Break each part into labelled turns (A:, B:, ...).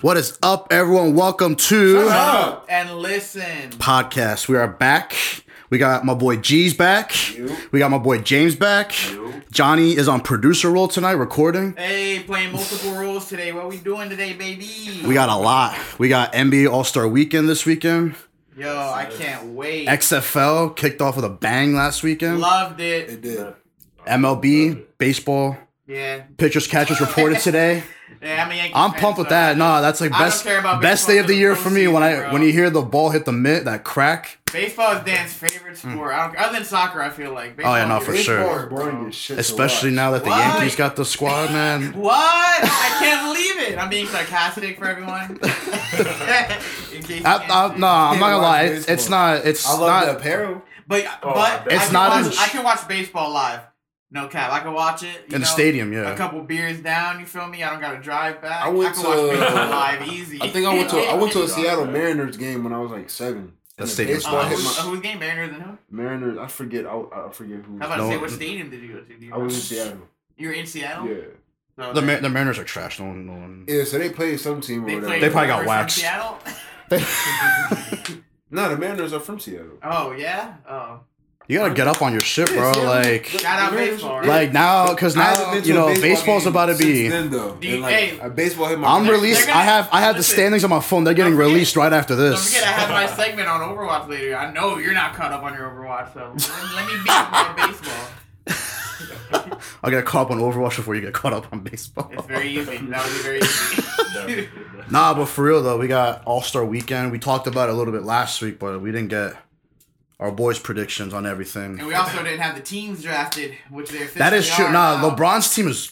A: What is up, everyone? Welcome to
B: Up and listen.
A: podcast. We are back. We got my boy G's back. We got my boy James back. Johnny is on producer role tonight, recording.
B: Hey, playing multiple roles today. What we doing today, baby?
A: We got a lot. We got NBA All Star Weekend this weekend.
B: Yo, I can't wait.
A: XFL kicked off with a bang last weekend.
B: Loved it.
C: did.
A: MLB baseball
B: Yeah.
A: pitchers catchers reported today.
B: Yeah, I'm a Yankees
A: I'm
B: fan,
A: pumped with
B: so-
A: that. Nah, that's like
B: I don't
A: best
B: care about
A: best
B: baseball
A: day of the
B: till
A: year
B: the
A: for me when I
B: postseason, bro.
A: when you hear the ball hit the mitt, that crack.
B: Baseball is Dan's favorite sport. I don't, other than soccer, I feel like. Baseball
A: Hmm. Oh, yeah, no,
B: is-
A: for sure.
C: is boring as shit. to
A: Especially
C: watch.
A: now that the
B: Why?
A: Yankees got the squad, man.
B: What? I can't believe it. I'm being sarcastic for everyone. In case you
A: I,
B: can't
A: I,
B: see.
A: no, I'm not
C: Can't
A: gonna
C: watch
A: lie. It's, it's
C: baseball.
A: not. It's
C: I love
A: not.
C: the apparel.
B: But
D: Oh, I
B: but
D: bet.
B: I
A: It's
B: can
A: not
B: watch,
A: in-
B: I can watch baseball live. No cap. I can watch it you
A: In the
B: know,
A: stadium, yeah.
B: A couple beers down. You feel me? I don't gotta drive back. I,
C: I went
B: can
C: to- uh,
B: watch baseball live easy.
C: I think I went to I went to a Seattle Mariners game when I was like seven.
A: That
C: And the
A: stadium's
C: baseball
B: Uh,
C: hit
B: who's,
C: my
B: who's game Mariners and who?
C: Mariners. I forget. I, I forget who.
B: I was about
A: No.
B: to say, what stadium did you go to? Do you
C: I was in
B: remember?
C: Seattle.
B: You were in Seattle.
C: Yeah.
B: So
A: The,
B: they-
A: Mar- the Mariners are trash. No one. No one.
C: Yeah. So they played some team or
B: They,
C: whatever.
B: played
A: They probably got
B: Brewers in
A: waxed.
B: Seattle.
C: no, the Mariners are from Seattle.
B: Oh yeah. Oh.
A: you gotta get up on your shit, bro.
C: Yeah, Seattle-
A: Like,
B: Shout out
C: the Mariners-
B: baseball, right?
A: like now, because
C: I
A: now
C: haven't been to
A: you
C: a
A: know
C: baseball
A: baseball's
C: game
A: about to
C: since
A: be.
C: Then though,
B: Do you-
C: And, like,
B: hey,
C: a baseball hit my.
A: I'm
C: brain.
A: released.
B: gonna-
A: I have I have the
B: listen.
A: standings on my phone. They're getting
B: Don't forget-
A: released right after
B: Don't
A: this.
B: forget, I have my segment on Overwatch later. I know you're not caught up on your Overwatch, so let, let me be on baseball.
A: I'll get caught up on Overwatch before you get caught up on baseball.
B: It's very easy. That would be very easy.
A: Nah, but for real though, we got All Star Weekend. We talked about it a little bit last week, but we didn't get our boys' predictions on everything.
B: and we also didn't have the teams drafted, which they're
A: That is
B: officially
A: true.
B: are
A: Nah,
B: now.
A: LeBron's team is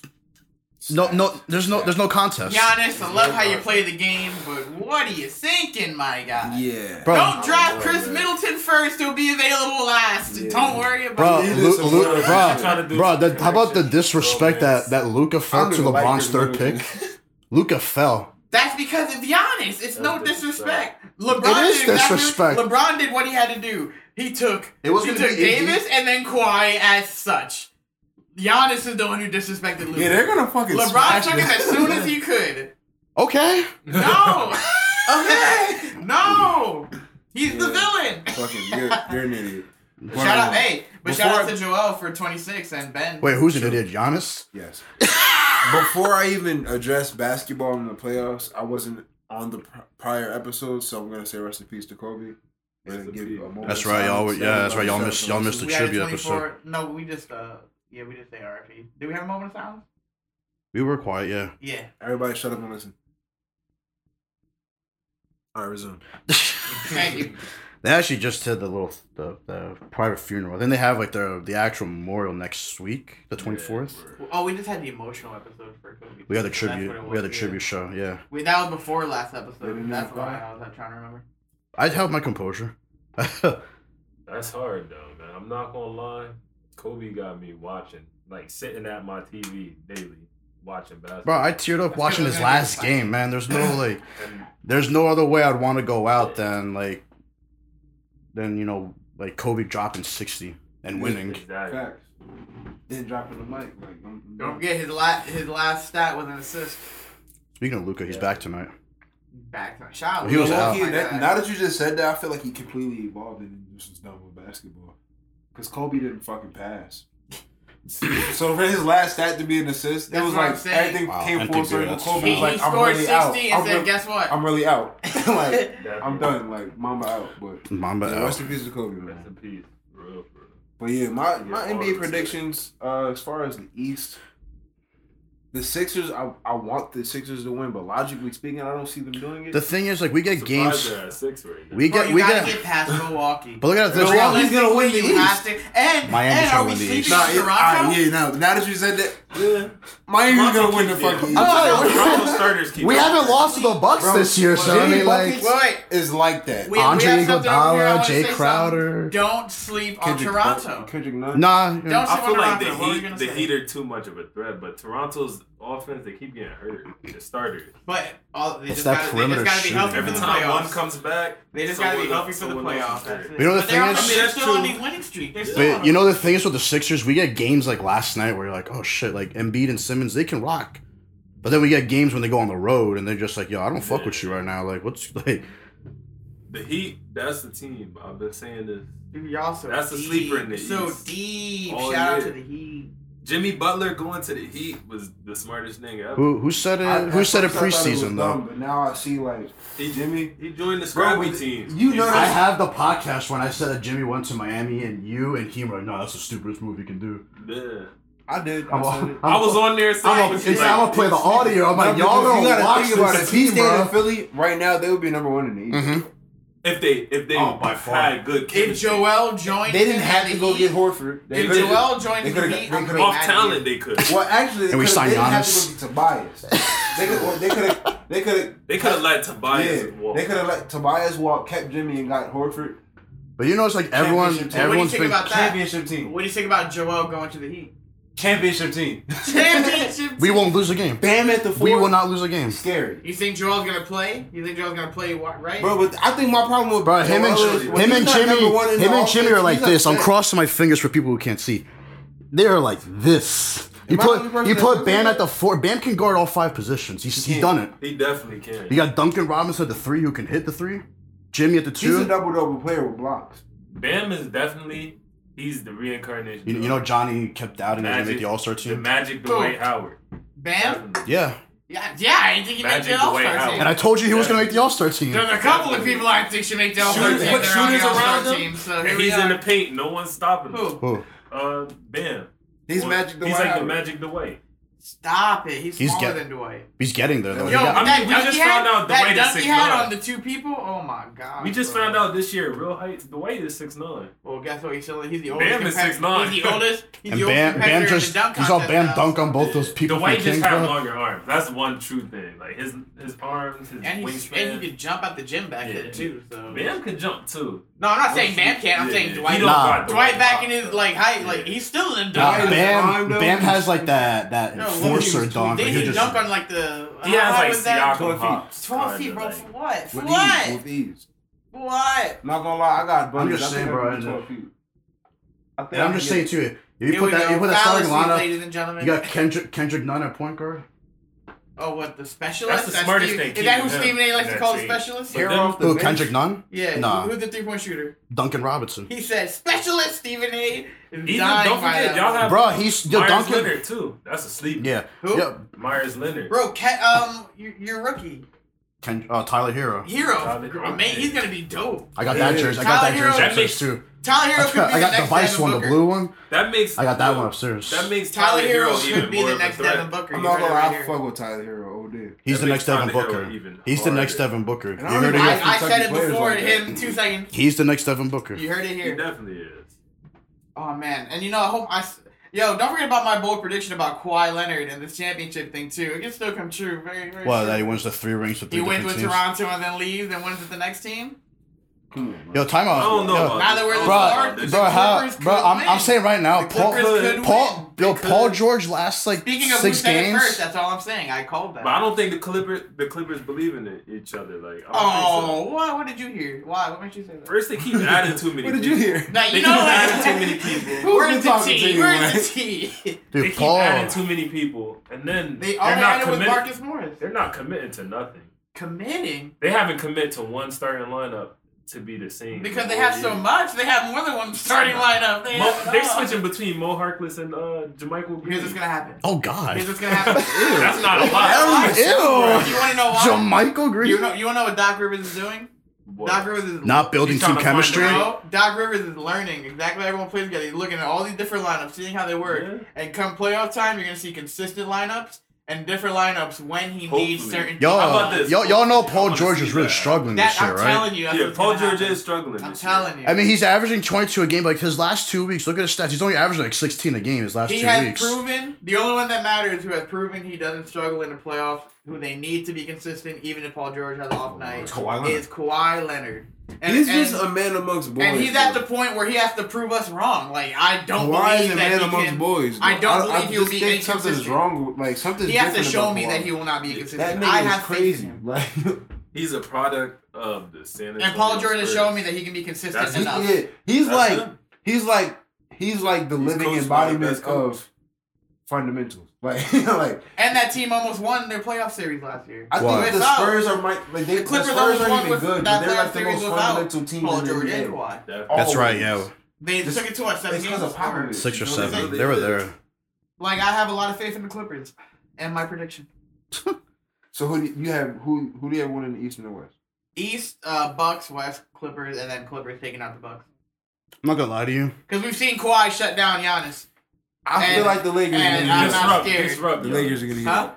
A: no, no. There's no, there's no contest,
B: Giannis, I love how you play the game, but what are you thinking, my guy?
C: Yeah.
A: bro.
B: Don't draft
C: Oh,
B: Chris
C: man.
B: Middleton first; he'll be available last.
C: Yeah.
B: Don't worry
A: Bro,
B: about
C: He
B: it.
C: did
A: Lu-
C: some
A: Lu-
C: work.
A: bro,
C: He's trying to
D: do
A: bro,
D: some
A: the, how about the
D: connections.
A: disrespect that that Luca
C: I
A: fell
C: don't
A: to
C: even like
A: LeBron's
C: Chris
A: third
C: Middleton.
A: pick? Luca fell.
B: That's because of Giannis. It's no
D: That's
B: disrespect.
D: disrespect.
B: LeBron
A: It is
B: did exactly-
A: disrespect.
B: LeBron did what he had to do. He took
A: It was
B: he
A: gonna
B: took
A: be AD.
B: Davis and then Kawhi as such. Giannis is the one who disrespected Luka.
C: Yeah, they're gonna fucking.
B: LeBron
C: smash
B: took him
C: them.
B: as soon as he could.
A: Okay.
B: No. okay. No. He's the villain.
C: Fucking, you're, you're an idiot.
B: Shout out, hey, but shout out
C: Before-
B: to Joel for 26 and Ben.
A: Wait, who's an idiot? Giannis?
C: Yes. Before I even addressed basketball in the playoffs, I wasn't on the pr- prior episode, so I'm gonna say rest in peace to Kobe.
D: Rest in
C: And give
D: peace.
C: a moment
A: That's
C: of
A: right, y'all.
C: silence.
A: Yeah, that's right. Y'all
C: Silence.
A: missed. Y'all missed the
B: we had a
A: tribute
B: 24.
A: episode.
B: No, we just uh, yeah, we just say RFP. Did we have a moment of silence?
A: We were quiet. Yeah.
B: Yeah.
C: Everybody, shut up and listen. All right, resume.
B: Thank you.
A: They actually just did the little the, the private funeral. Then they have like the the actual memorial next week, the twenty fourth.
B: Oh, we just had the emotional episode for Kobe.
A: We had the
B: That's what it
A: tribute.
B: was,
A: We had the
B: yeah.
A: tribute show. Yeah.
B: Wait, that was before last
C: They
B: episode.
C: didn't
B: That's
C: have
B: why
C: that.
B: I was like, trying to remember.
A: I held my composure.
D: That's hard though, man. I'm not gonna lie. Kobe got me watching, like sitting at my TV daily, watching basketball.
A: Bro, I teared up watching his last game, man. There's no like,
D: And
A: there's no other way I'd want to go out than like, than you know, like Kobe dropping sixty and winning.
D: Exactly.
C: Facts. Then dropping the mic. Like, I'm, I'm
B: Don't forget his last his last stat was an assist.
A: Speaking of Luca, he's back tonight.
B: Back to shout. out.
A: He was
B: Oh
A: out.
B: my
C: Low-key, that,
B: God.
C: now that you just said that, I feel like he completely evolved and just was done with basketball. Because Kobe didn't fucking pass. so for his last stat to be an assist, it
B: That's
C: was
B: what
C: like
B: I'm saying.
C: everything
A: Wow,
C: came full
A: empty beer,
C: circle.
A: that's
C: Kobe
B: he,
C: was like,
B: he
C: I'm
B: scored
C: really
B: 60
C: out.
B: and
C: I'm,
B: said,
C: re-
B: "Guess what?
C: I'm really out. like,
D: Definitely.
C: I'm done. Like, Mamba out. But
A: Mamba
C: yeah,
A: out.
C: rest in peace to Kobe,
D: Rest
C: man.
D: in peace, for real, for real.
C: But yeah, my, my
D: Yeah, all
C: NBA
D: the
C: predictions, uh, as far as the East, the Sixers, I, I want the Sixers to win, but logically speaking, I don't see them doing it.
A: The thing is, like, we get
D: Surprised
A: games.
D: they're at six right now.
A: We
B: Bro,
A: get
B: you
A: we
B: gotta
A: get.
B: get past Milwaukee.
A: But look at this.
C: Milwaukee's gonna win the
B: You have
C: East.
B: to. And
A: Miami's
B: and
A: trying
B: are
A: to
B: we
A: win the
B: sleeping
A: East.
C: Nah,
B: on
C: yeah,
B: Toronto?
C: alright, yeah, now, now that you said that, Miami's gonna win the fucking East.
A: Oh,
D: Toronto- Toronto starters keep
A: We
D: it.
A: haven't lost to the Bucks
C: Bro,
A: this year, so I
C: Jimmy
A: mean, like
C: Buckets
B: Wait, wait.
C: is like that.
B: We- we have
A: Andre
B: something over here I
A: Iguodala,
B: wanna
A: Jay
B: say something.
A: Crowder.
B: Don't sleep on Toronto.
C: Kendrick Nunn.
A: nah.
B: Don't
D: I feel like the
B: What were you
D: Heat,
B: gonna
D: the
B: say?
D: Heat are too much of a threat, but Toronto's offense they keep getting hurt. The starters.
B: But all, they
A: It's
B: just
A: that
B: gotta,
A: perimeter
B: they just gotta be
A: shooting,
B: healthy for
D: Every
B: the
A: man.
D: time one
B: playoffs.
D: comes back,
B: They just gotta be
D: someone-
B: healthy for the
D: someone else
B: playoffs.
D: is
B: That's
D: hurt.
B: it.
A: You know the
B: But
A: thing
B: they're on,
A: is-
B: they're still on
C: True.
B: the winning streak. They're still
A: But
B: on
A: you
B: it.
A: know the thing is with the Sixers, we get games like last night where you're like, oh shit, like Embiid and Simmons, they can rock. But then we get games when they go on the road and they're just like, yo, I don't fuck with you right now. Like, what's like?
D: The Heat, that's the team. I've been saying this.
B: Dude, y'all so
D: That's a
B: deep.
D: sleeper in the
B: so
D: East.
B: deep.
D: All
B: Shout out
D: year.
B: to the Heat.
D: Jimmy Butler going to the Heat was the smartest thing ever.
A: Who who said it?
C: I-
A: who
C: at
A: said it
C: first I thought was
A: preseason
C: dumb,
A: though?
C: But now I see like
D: He-
C: Jimmy.
D: He joined the scrappy
C: with-
D: team.
C: you know that-
A: have the podcast when I said that Jimmy went to Miami and you and he were like, no, that's the stupidest move you can do.
D: Yeah.
C: I did.
A: I'm
C: I said
A: all-
C: it.
D: I was on there saying,
A: I'm
D: was
A: gonna play the audio. I'm like,
C: No,
A: y'all
C: because
A: gonna
C: you gotta
A: watch
C: think about it.
A: this
C: If he
A: team,
C: stayed in
A: bro.
C: Philly right now, they would be number one in the East.
A: Mhm.
D: if they if they
A: Oh, by far.
D: had good
B: If
D: chemistry,
B: Joel joined,
C: They didn't
B: the
C: have to go
B: Heat,
C: get Horford. They
D: If
B: If
C: could've-
B: Joel joined
C: they
B: the
C: could've-
B: Heat,
C: they
B: I'm
C: could've-
B: gonna be
D: off
B: mad at
D: talent
B: you.
D: they could.
C: Well, actually, they
A: And we
C: could've-
A: signed
C: they didn't have
A: Giannis.
C: to go get Tobias. they could. They could have. They could have.
D: They could have let Tobias
C: Yeah,
D: walk.
C: they could have let Tobias walk, kept Jimmy, and got Horford.
A: But you know, it's like everyone,
C: Championship team.
A: everyone's
B: What do you
A: been.
B: think about that?
C: Championship team.
B: What do you think about Joel going to the Heat?
C: Championship team.
B: Championship.
A: We won't lose a game.
C: Bam at the four.
A: We will not lose a game.
C: Scary.
B: You think Joel's gonna play? You think Joel's gonna play what? Right?
C: Bro, but I think my problem with
A: Bro, him and
C: Joel is when
A: him
C: he's
A: and
C: not
A: Jimmy,
C: number one in
A: him
C: the
A: and Jimmy
C: offense,
A: are like
C: he's
A: this. I'm
C: upset.
A: crossing my fingers for people who can't see. They are like this. You
C: Am I the only
A: put
C: person
A: you
C: that
A: put
C: does
A: Bam
C: that?
A: at the four. Bam can guard all five positions. He's, he's
C: can.
A: done it.
D: he definitely can.
A: You got Duncan Robinson at the three, who can hit the three. Jimmy at the
C: He's a
A: two.
C: double double player with blocks.
D: Bam is definitely he's the reincarnation.
A: You, you know Johnny kept doubting he was gonna make the All Star
D: The
A: team.
D: Magic Dwight Howard.
B: Bam.
D: Definitely.
A: Yeah,
B: Yeah, yeah. I didn't think he made
D: Magic
B: the
D: the
B: All
D: way
B: Star
D: out.
B: team.
A: and I told you he was gonna make the All Star team.
B: There's a couple of people I think should make the All Star team.
D: Shooters-
B: They're
D: put
B: on
D: shooters
B: the
D: around
B: All-Star
D: him,
B: team, so here
D: And
B: we
D: he's
B: are.
D: in the paint. No one's stopping him.
B: Who?
A: Whoa.
D: Uh, Bam.
C: He's
D: Well,
C: Magic the
D: He's
C: White
D: like the
C: Howard.
D: Magic Dwight.
B: Stop it. He's,
A: He's
B: smaller
A: get-
B: than Dwight.
A: He's getting there though.
C: Yo,
A: He got-
D: I'm-
B: that
D: we
B: dunk
D: just
B: he had,
D: found out Dwight
B: that
D: is
B: dunk he had
D: 6'9".
B: on the two people. Oh my god.
D: We just
B: bro.
D: found out this year, real height. Dwight is six nine.
B: Well, guess what? He's still he's the oldest.
D: Bam is
B: compet-
D: 6'9".
B: He's the oldest. He's
A: and
B: the oldest
A: Bam, Bam
B: competitor in
A: just
B: the dunk
A: you saw
B: contest
A: Bam
B: now.
A: dunk on both those people from
D: Dwight just
A: Kings,
D: had
A: bro.
D: longer arms. That's one true thing. Like his his arms, his
B: And he's
D: wingspan.
B: and he could jump out the gym back
D: Yeah.
B: then too. So
D: Bam could jump too.
B: no, I'm not saying Bam can't. I'm
D: Yeah,
B: saying
D: yeah.
B: Dwight.
D: He don't
A: Nah.
D: got the
B: Dwight
D: right
B: back
D: arm.
B: in his like height, like he's still in the
A: Nah,
B: dunk.
A: Bam,
C: Fine, though.
A: Bam has like that that
B: No,
A: enforcer dunk.
B: They
A: Like, he
B: didn't
A: just
B: dunk on like the. uh,
D: He
B: how
D: has
B: was
D: like
B: that?
D: Siakam
C: 12 feet.
D: hops.
B: Twelve
D: kinda,
B: feet, bro.
D: like-
B: For what? For
C: With
B: what?
C: ease, with ease.
B: What?
C: I'm not gonna lie, I got buddies.
A: I'm just
C: I think
A: saying,
C: I
A: bro,
C: can do
A: I know.
C: 12 feet. I think
A: And
C: I
A: I'm
C: can
A: just
C: get-
A: saying too. If you
B: Here
A: put
B: we
A: that
B: go.
A: you put that starting
B: Fallacy,
A: lineup.
B: ladies and gentlemen.
A: You got Kendrick Kendrick Nunn at point guard.
B: Oh, what the specialist?
D: That's the smartest
B: Steve-
D: thing,
B: Is that who
D: keeping him
B: Stephen A. likes
D: in
B: to
D: that
B: call a
D: shape.
B: specialist?
D: But
C: Hair
D: them-
C: off the
A: Who
C: bench.
A: Kendrick Nunn?
B: Yeah.
A: Nah.
B: Who, who's the three point shooter?
A: Duncan Robinson.
B: He said specialist Stephen A. Is
D: Even,
B: dying
D: don't
B: by
D: forget,
B: that
D: y'all
B: one.
D: have
A: Bro, he's yo,
D: Myers
A: Duncan.
D: Leonard too. That's a sleeper.
A: Yeah.
B: uh, Who?
A: Yeah.
D: Myers Leonard.
B: Bro, Ca um, your, your rookie
A: Ken, uh, Tyler Hero.
B: hero,
D: Tyler Hero.
B: man, he's gonna be dope.
A: I got that
C: Yeah.
A: jersey. I got that
B: Tyler Hero.
A: jersey
D: That
A: upstairs too.
B: Tyler Hero
A: I
B: could
A: got, I
B: be the
A: got the
B: next
A: vice
B: Devin
A: one, the
B: Booker.
A: blue one.
D: That makes
A: I got that
D: yo,
A: one upstairs.
D: That makes
B: Tyler Hero
D: even
B: could be
D: more
B: the
D: of a
B: next
D: threat.
B: Devin Booker.
C: I'm
B: You
C: not
B: heard it
C: gonna
B: right
C: lie, I
B: here.
C: fuck with Tyler Hero all day.
A: He's the
D: That
A: next
D: makes
A: Devin
D: Tyler Hero
A: Booker.
D: even
A: He's the
D: harder.
A: next Devin Booker. You
C: And I
A: heard it
C: don't
A: here.
C: even-
B: I, I said it
C: Kentucky players
B: before
C: like
B: to
C: that.
B: him two seconds.
A: He's the next Devin Booker.
B: You heard it
D: He
B: here.
D: definitely is.
B: Oh man, and you know, I hope I. s- Yo, don't forget about my bold prediction about Kawhi Leonard and this championship thing too. It can still come true. Very, very.
A: Well,
B: true.
A: that he wins the three rings with three
B: he wins
A: different
B: with
A: teams.
B: Toronto and then leaves and wins with the next team.
C: Come on,
A: Yo,
C: bro.
A: timeout.
D: I don't know.
A: Yo,
D: about
B: Now
D: this.
B: that we're in the
A: Bro,
B: Hard-
D: this-
A: bro, how,
B: Clippers
A: bro?
B: could
A: I'm, I'm
B: win.
A: saying right now,
B: The
A: Paul,
B: Clippers could win.
A: Paul,
B: They
A: yo,
D: could.
A: Paul George last like
B: Speaking of
A: six
B: who said it
A: games.
B: first, that's all I'm saying. I called that.
D: But I don't think the Clippers, the Clippers believe in it- each other. Like, I don't think
B: oh, what? What did you hear? Why? What made you say
D: so.
B: that?
D: first they keep adding too many.
C: What did you
D: people.
C: hear?
B: now
D: They
B: you
D: keep
B: know what?
D: adding too many people.
A: Who's
B: Where's
A: been
B: the
A: talking to
B: tea?
A: you,
B: Where's
A: man?
B: the tea?
D: They
A: Dude,
D: keep
A: Paul,
D: adding too many people, and then
B: They
D: are
B: already
D: not
B: had it with
D: committed.
B: Marcus Morris.
D: They're not committing to nothing.
B: committing
D: They haven't commit to one starting lineup to be the same
B: because they
D: for
B: have so
D: years.
B: much. They have more than one starting lineup. They
D: Mo-
B: have it
D: they're
B: all.
D: switching between Mo Harkless and uh, Jermichael Green.
B: Here's what's gonna happen.
A: Oh God.
B: Here's what's gonna happen.
D: That's not a
B: Ew.
D: lot.
B: You wanna know why?
A: Jermichael Green.
B: You know, you wanna know what Doc Rivers is doing? Doc Rivers is
A: Not building
D: He's
A: team
D: trying to find
A: chemistry.
D: the right-
B: No, Doc Rivers is learning exactly how everyone plays together. He's looking at all these different lineups, seeing how they work,
D: Yeah.
B: and come playoff time, you're gonna see consistent lineups and different lineups when he needs
D: Hopefully.
B: certain.
A: Yo,
D: How about this?
A: y'all, y'all know Paul
D: I wanna
A: George
D: see
A: is really
D: that.
A: struggling
B: That
A: this year,
B: I'm
A: right?
B: telling you. That's
D: Yeah,
B: what's
D: Paul
B: gonna
D: George
B: happen.
D: is struggling.
B: I'm
D: this year.
B: telling you.
A: I mean, he's averaging 22 a game. Like his last two weeks, look at his stats. He's only averaging like 16 a game his last
B: He
A: two
B: has
A: weeks.
B: proven the only one that matters who has proven he doesn't struggle in the playoffs, who they need to be consistent, even if Paul George has an off night,
C: It's Kawhi Leonard.
B: is Kawhi Leonard. And,
C: He's
B: and,
C: just a man amongst boys.
B: and he's at
C: bro.
B: the point where he has to prove us wrong. Like I don't
C: Why is
B: believe
C: a
B: that
C: man
B: he
C: amongst
B: can.
C: boys?
B: I
C: bro?
B: don't believe he'll
C: just
B: be
C: think something's
B: inconsistent.
C: wrong. with- Like something's.
B: He has to
C: different
B: show
C: about
B: me
C: Kawhi.
B: that he will not be
C: That
B: consistent.
C: nigga
B: I
C: is
B: have faith in
C: crazy.
B: him.
C: Like
D: He's a product of the San Antonio
B: And Paul Jordan has
D: Spurs.
B: shown me that he can be consistent
D: That's-
C: he,
B: enough.
C: yeah, he's
D: That's
C: like
D: him.
C: he's like he's like the
D: He's
C: living
D: coached by the
C: embodiment
D: best coach.
C: of fundamentals. Like, like
B: And that team almost won their playoff series last year.
C: I
A: Wow.
C: think the
B: Without-
C: Spurs are my like they,
B: The
C: the
B: Clippers
C: Spurs
B: almost
C: aren't
B: won
C: even
B: with
C: good, but
B: that
C: they're like
B: playoff
C: the
B: series
C: most
B: without
C: fundamental team
B: Paul
C: in the
B: George and
C: NBA.
B: Kawhi.
D: Definitely.
A: That's right,
C: Always.
A: yeah.
B: They
C: This-
B: took it to what seven
C: It's
B: games.
C: because of Popovich.
A: Six or
C: You know what I'm
A: seven.
C: saying?
A: They were there.
B: Like I have a lot of faith in the Clippers and my prediction.
C: So who do you have? Who who do you have one in the East and the West?
B: East, uh, Bucks, West, Clippers, and then Clippers taking out the Bucks.
A: I'm not gonna lie to you.
B: Because we've seen Kawhi shut down Giannis.
C: I
B: And-
C: feel like the Lakers.
B: and
C: are
B: I'm
C: gonna
B: not
C: get
D: disrupt,
B: scared.
C: it.
D: disrupt.
C: the
D: yo.
C: Lakers are gonna get
B: Huh?
C: it.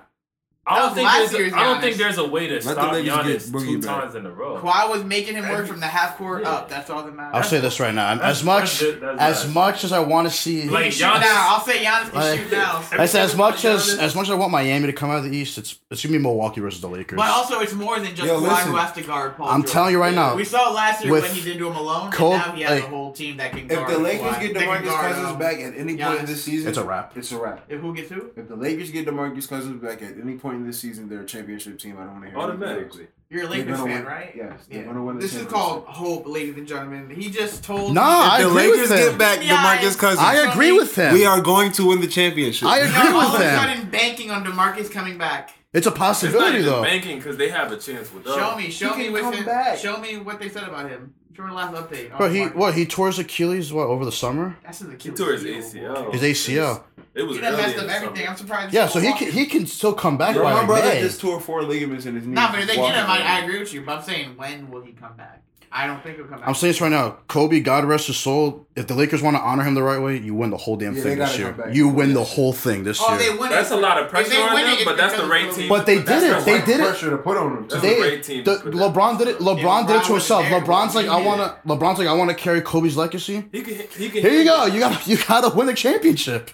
D: I
B: That
D: don't
B: was
D: think
B: last
D: there's.
B: year's
D: A, I don't
B: Giannis.
D: think there's a way to
C: the
D: stop
C: Lakers get
D: Giannis two
C: boogie back.
D: times in a row.
B: Kawhi was making him work from the half court up. That's all that
A: I'll
B: matters.
A: say this right now.
D: That's-
A: As much
D: that's- that's
A: as
D: bad.
A: much as I want to see,
D: Like,
B: He can shoot
D: Giannis-
B: now. I'll say Giannis can
A: Like-
B: shoot now.
A: I said, as much as as much as I want Miami to come out of the East, it's it's gonna be Milwaukee versus the Lakers.
B: But also, it's more than just
C: Yo,
B: Kawhi
C: listen.
B: who has to guard Paul.
A: I'm
B: George.
A: telling you right now,
B: We saw last year
A: With
B: when he did to him alone,
A: Cole-
B: and now he has
A: like-
B: a whole team that can
C: If
B: guard.
C: the Lakers
B: Kawhi.
C: get
B: They can
C: DeMarcus
B: guard,
C: Cousins
B: um,
C: back at any point in
B: Giannis.
C: this season,
A: it's a wrap.
C: It's a wrap.
B: if who gets who?
C: If the Lakers get DeMarcus Cousins back at any point in this season, they're a championship team. I don't want to hear anything else.
D: Automatically.
B: You're a
C: They're
B: Lakers
C: gonna
B: fan,
C: win.
B: right?
C: Yes, they're
B: Yeah.
C: gonna win the
B: This is
C: championship.
B: called hope, ladies and gentlemen. He just told.
A: Nah,
B: you-
A: I
E: the
A: agree
E: Lakers
A: with
E: get
A: them.
E: back
B: Yeah, I-
E: DeMarcus Cousins.
A: I agree with them.
E: we are going to win the championship.
A: I
B: Y'all
A: agree
B: all
A: with
B: of a
A: them.
B: sudden banking on Demarcus coming back.
A: It's a
D: It's not
A: possibility
D: even
A: though.
D: banking because they have a chance with us.
B: Show me, show
C: can
B: me with
C: come
B: him.
C: back.
B: Show me what they said about him. During last update. on
A: Bro, he
B: DeMarcus.
A: what he tore his Achilles what over the summer?
B: That's his
D: He
B: Achilles.
D: tore his
B: heel,
D: ACL.
B: boy.
A: His ACL.
D: It was
B: He done
D: early
B: messed
D: in
B: up
D: the summer.
B: everything. I'm surprised.
A: Yeah, so he
B: walking.
A: can he can still come back
C: Bro,
A: by
C: my brother
A: May.
C: just tore four ligaments in his knee.
B: Nah, but if they get
C: Walking.
B: him, I, I agree with you. But I'm saying, when will he come back? I don't think he'll come back.
A: I'm saying this right now. Kobe, God rest his soul. If the Lakers want to honor him the right way, you win the whole damn
C: Yeah, they
A: thing this
C: gotta
A: year.
C: come back.
A: You win the whole thing this
B: oh,
A: year.
B: they win.
D: That's
B: it.
D: a lot of
B: If
D: pressure
B: they
D: on
B: win it,
D: them,
B: it's
D: but that's the
B: because
D: right
B: of
D: team.
A: But they
D: that's
A: did
D: the
A: it. They
D: right-
A: did it.
C: Pressure to put on him. too.
D: That's
A: They-
D: a great team.
A: the,
D: to put that-
A: LeBron did it. LeBron did it
B: LeBron
A: to himself.
B: was there.
A: LeBron's like, I
B: He
A: want to. LeBron's like, I want to carry Kobe's legacy.
D: He can. He can.
A: Here you go. You got. to You got to win the championship.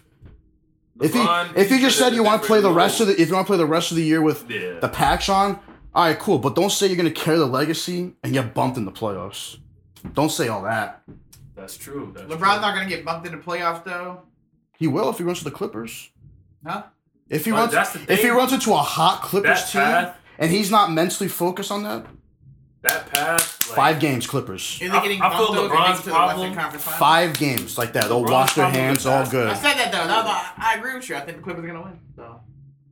A: If you
D: LeBron,
A: if you
D: he's
A: just said
D: a
A: you want to play the
D: different
A: rest of
D: role.
A: the if you want to play the rest of the year with
D: Yeah.
A: the patch on, all right, cool. But don't say you're gonna carry the legacy and get bumped in the playoffs. Don't say all that.
D: that's true. That's
B: LeBron's
D: true.
B: not gonna get bumped into playoffs though,
A: He will if he runs to the Clippers.
B: huh?
A: If he
D: But
A: runs
D: that's the
A: if he
D: thing.
A: runs into a hot Clippers
D: That
A: team
D: path-
A: and he's not mentally focused on that,
D: that pass. Like,
A: five games Clippers.
B: Is
D: I-
B: it getting
D: I
B: bumped
D: feel
B: though if it
D: LeBron's
B: makes it to the Western
D: problem-
B: Conference Finals?
A: Five games like that. They'll
D: LeBron's
A: wash their
D: probably the
A: hands all
D: best.
A: good.
B: I said that though. That was, I agree with you. I think the Clippers are gonna win. So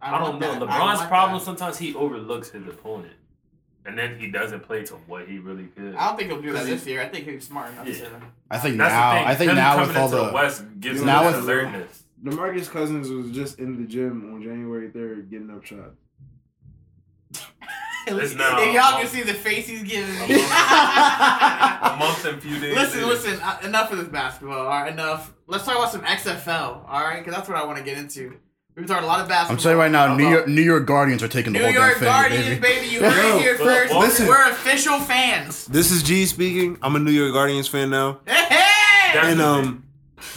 D: I don't
B: want
D: know.
B: that. I
D: LeBron's
B: want
D: problem
B: that.
D: sometimes he overlooks his opponent, and then he doesn't play to what he really could.
B: I don't think he'll do that this year. I think he's smart enough
D: Yeah.
B: to.
A: I think
D: That's the
A: now
D: thing.
A: I think
D: Him
A: now
D: coming
A: with all
D: into
A: the,
D: West gives
A: now
D: now
A: with-
D: with alertness.
C: DeMarcus Cousins was just in the gym on January 3rd getting up shot.
D: It's now-
B: if y'all can see the face he's giving. me.
D: A month and few days.
B: listen,
D: in.
B: listen. Uh, enough of this basketball. All right, enough. Let's talk about some XFL. All right, because that's what I want to get into. We've talked a lot of basketball.
A: I'm telling you right now, New
B: How
A: York New York Guardians are taking
B: about
A: the
B: New
A: whole damn
B: York
A: thing, baby.
B: Guardians, baby. You heard
E: Yo,
B: it here first.
E: listen.
B: We're official fans.
E: This is G speaking. I'm a New York Guardians fan now.
B: Hey, hey!
D: That's
E: And
D: the
E: um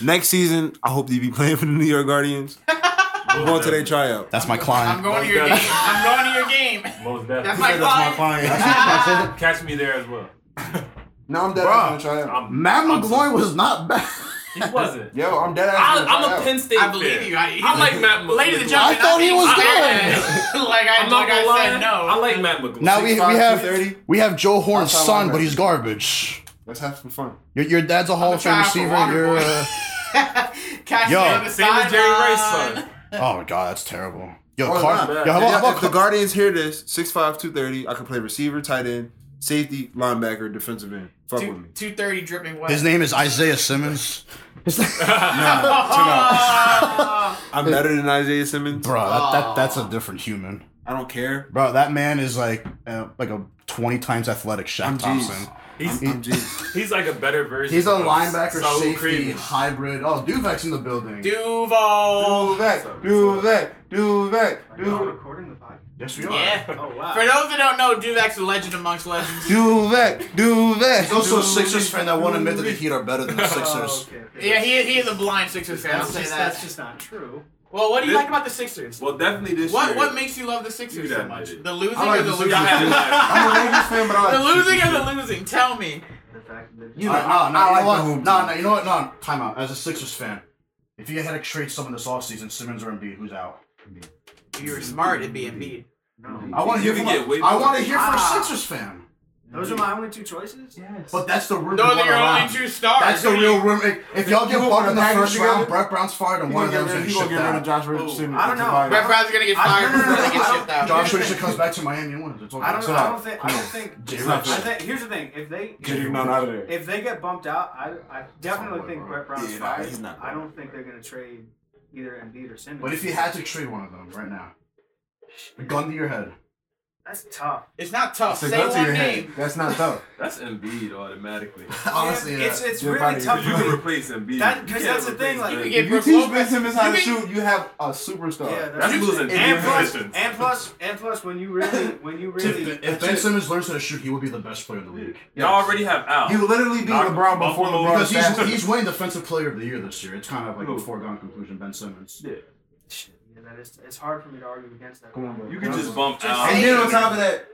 E: next season, I hope to be playing for the New York Guardians. I'm going to their tryout.
A: That's my client.
B: I'm going to your game. I'm going to your game.
D: Most
B: That's
D: definitely.
B: my client.
D: Catch me there as well.
C: No, I'm dead
A: Bruh.
C: ass gonna try out.
D: I'm,
A: Matt
D: I'm-
A: McGloin was not bad.
D: He wasn't.
C: Yo, I'm dead ass
D: I,
C: gonna try
D: I'm
C: out.
D: a Penn State
B: I
D: fan.
B: believe you. I,
D: I like Matt McGloin.
B: Ladies and gentlemen,
A: I thought he
B: think
A: was
B: he's bad. like I,
D: I'm not
B: like
D: gonna
B: I
D: lie.
B: said, no.
D: I like Matt McGloin.
A: now we, we
C: 6'5",
A: have
C: 230.
A: we have Joe Horn's
C: Outside
A: son, but
C: linebacker.
A: he's garbage.
C: Let's have some fun.
A: Your, your dad's a Hall of Fame
B: trying for
A: receiver.
B: water,
A: You're,
B: boy.
A: uh,
B: Cash
A: Yo.
B: on the
D: Same as Jerry Rice's
B: sideline.
D: son.
A: oh my god, that's terrible. Yo,
C: Or
A: Car-
C: not.
A: yo, how about, how
E: If,
A: about
E: if the
A: Car-
E: Guardians hear this, 6'5", 230, I can play receiver, tight end, safety, linebacker, defensive end. Fuck with me.
B: Two- 230 dripping wet.
A: his name is Isaiah Simmons? His name-
B: Oh.
E: I'm better than Isaiah Simmons.
A: bro, that, that that's a different human.
E: I don't care.
A: Bro, that man is like uh, like a twenty times athletic Shaq
E: I'm
A: Thompson.
E: G's.
D: He's,
E: I'm G's.
D: he's like a better version.
A: He's a
D: of
A: linebacker,
D: Saul
A: safety,
D: Creed.
A: hybrid. Oh, Duvek's in the building.
B: Duval.
C: Do that, do that, do that, do,
F: recording the podcast?
A: yes, we are.
B: Yeah.
F: Oh wow.
B: For those that don't know, Duvak's a legend amongst legends.
C: do that, do that.
A: He's also a Sixers fan that won't admit that the Heat are better than the Sixers.
F: Oh, okay, okay.
B: Yeah, he, he is a blind Sixers fan. I'll
F: That's,
B: say
F: just,
B: that.
F: that's just not true.
B: Well, what do you
D: This-
B: like about the Sixers?
D: Well, definitely this
B: What
D: year.
B: what makes you love the Sixers
D: You
B: so
D: done
B: much?
D: did it.
B: The losing
C: I like
B: or the
C: the
B: losing?
C: Sixers, I'm a Lakers fan, but I
B: the
C: like
B: losing
C: Sixers.
B: or the losing? Tell me.
F: The fact that
C: You know,
A: No, no, no,
C: I
A: you
C: like
A: know what?
C: the home
A: No,
C: team.
A: no, you know what? No, time out. As a Sixers fan, if you had to trade someone this offseason, Simmons or Embiid, who's out?
B: If you were smart, it'd be Embiid.
F: no,
A: I want to
D: You
A: hear from.
D: can get way
A: A, I
D: more.
A: want to hear from a
B: Ah.
A: Sixers fan.
F: no, Those are my only two choices.
E: Yes.
A: But that's the real.
B: Those are your only two stars.
A: That's the
B: What do
A: real
B: you-
A: room. If, if y'all get
C: You
A: one
C: want
A: in the
C: Magnus
A: first
C: together?
A: round, Brett Brown's fired, and
C: You
A: one
C: gonna
A: of
C: get
A: them's
C: rid
A: gonna
C: of-
A: get
C: you gonna get
A: shipped out.
C: rid of Josh Richardson?
F: Oh, I don't know.
C: Fire.
B: Brett Brown's gonna get fired.
F: I- no, no, no,
B: He's gonna
F: no,
B: get
F: I
B: shipped
F: don't-
B: out.
A: Josh Richardson comes back to Miami and wins. It's okay.
F: I don't.
A: Chill
F: I
A: out.
F: don't think. I don't think.
A: J.
F: I
A: Rich.
F: think. Here's the thing. If they.
C: Get him out of there.
F: If they get bumped out, I, I definitely
A: Somewhat,
F: think
A: bro.
F: Brett Brown's
C: Yeah, nah,
F: fired.
C: he's not
F: I
C: going.
F: don't think they're gonna trade either Embiid or Simmons.
A: But if you had to trade one of them right now, gun to your head.
F: that's tough.
B: It's not tough.
C: It's a
B: Say
C: gun to
B: one
C: your head.
B: name.
C: That's not tough.
D: That's Embiid automatically.
A: Honestly,
F: it's it's
C: Your
F: really
C: body-
F: tough.
D: you
F: to
D: can
F: me.
D: replace Embiid.
F: Oh, That-
D: You can't
F: 'cause that's the thing,
D: replace
F: like, you
B: can
D: Embiid.
C: If
B: get
C: you
B: Brook
C: teach
B: Lopez.
C: Benson how
B: You
C: to
B: can-
C: shoot, you have a superstar.
F: Yeah, that's,
D: That's losing
F: and
D: two
F: plus,
D: positions.
F: and plus, and plus, when you really, when you really,
A: if, if Ben Simmons learns how to shoot, he would be the best player in the league.
D: Y'all already have Al.
C: He would literally be
D: Knock
C: LeBron before
D: Buffalo
C: LeBron.
A: Because
C: He's,
A: he's, he's winning Defensive Player of the Year this year. It's kind of like a
D: Who?
A: foregone conclusion, Ben Simmons.
F: Shit, yeah, that is, it's hard for me to argue against that.
C: Come on, bro.
D: you can just bump Al.
C: And then on top of that,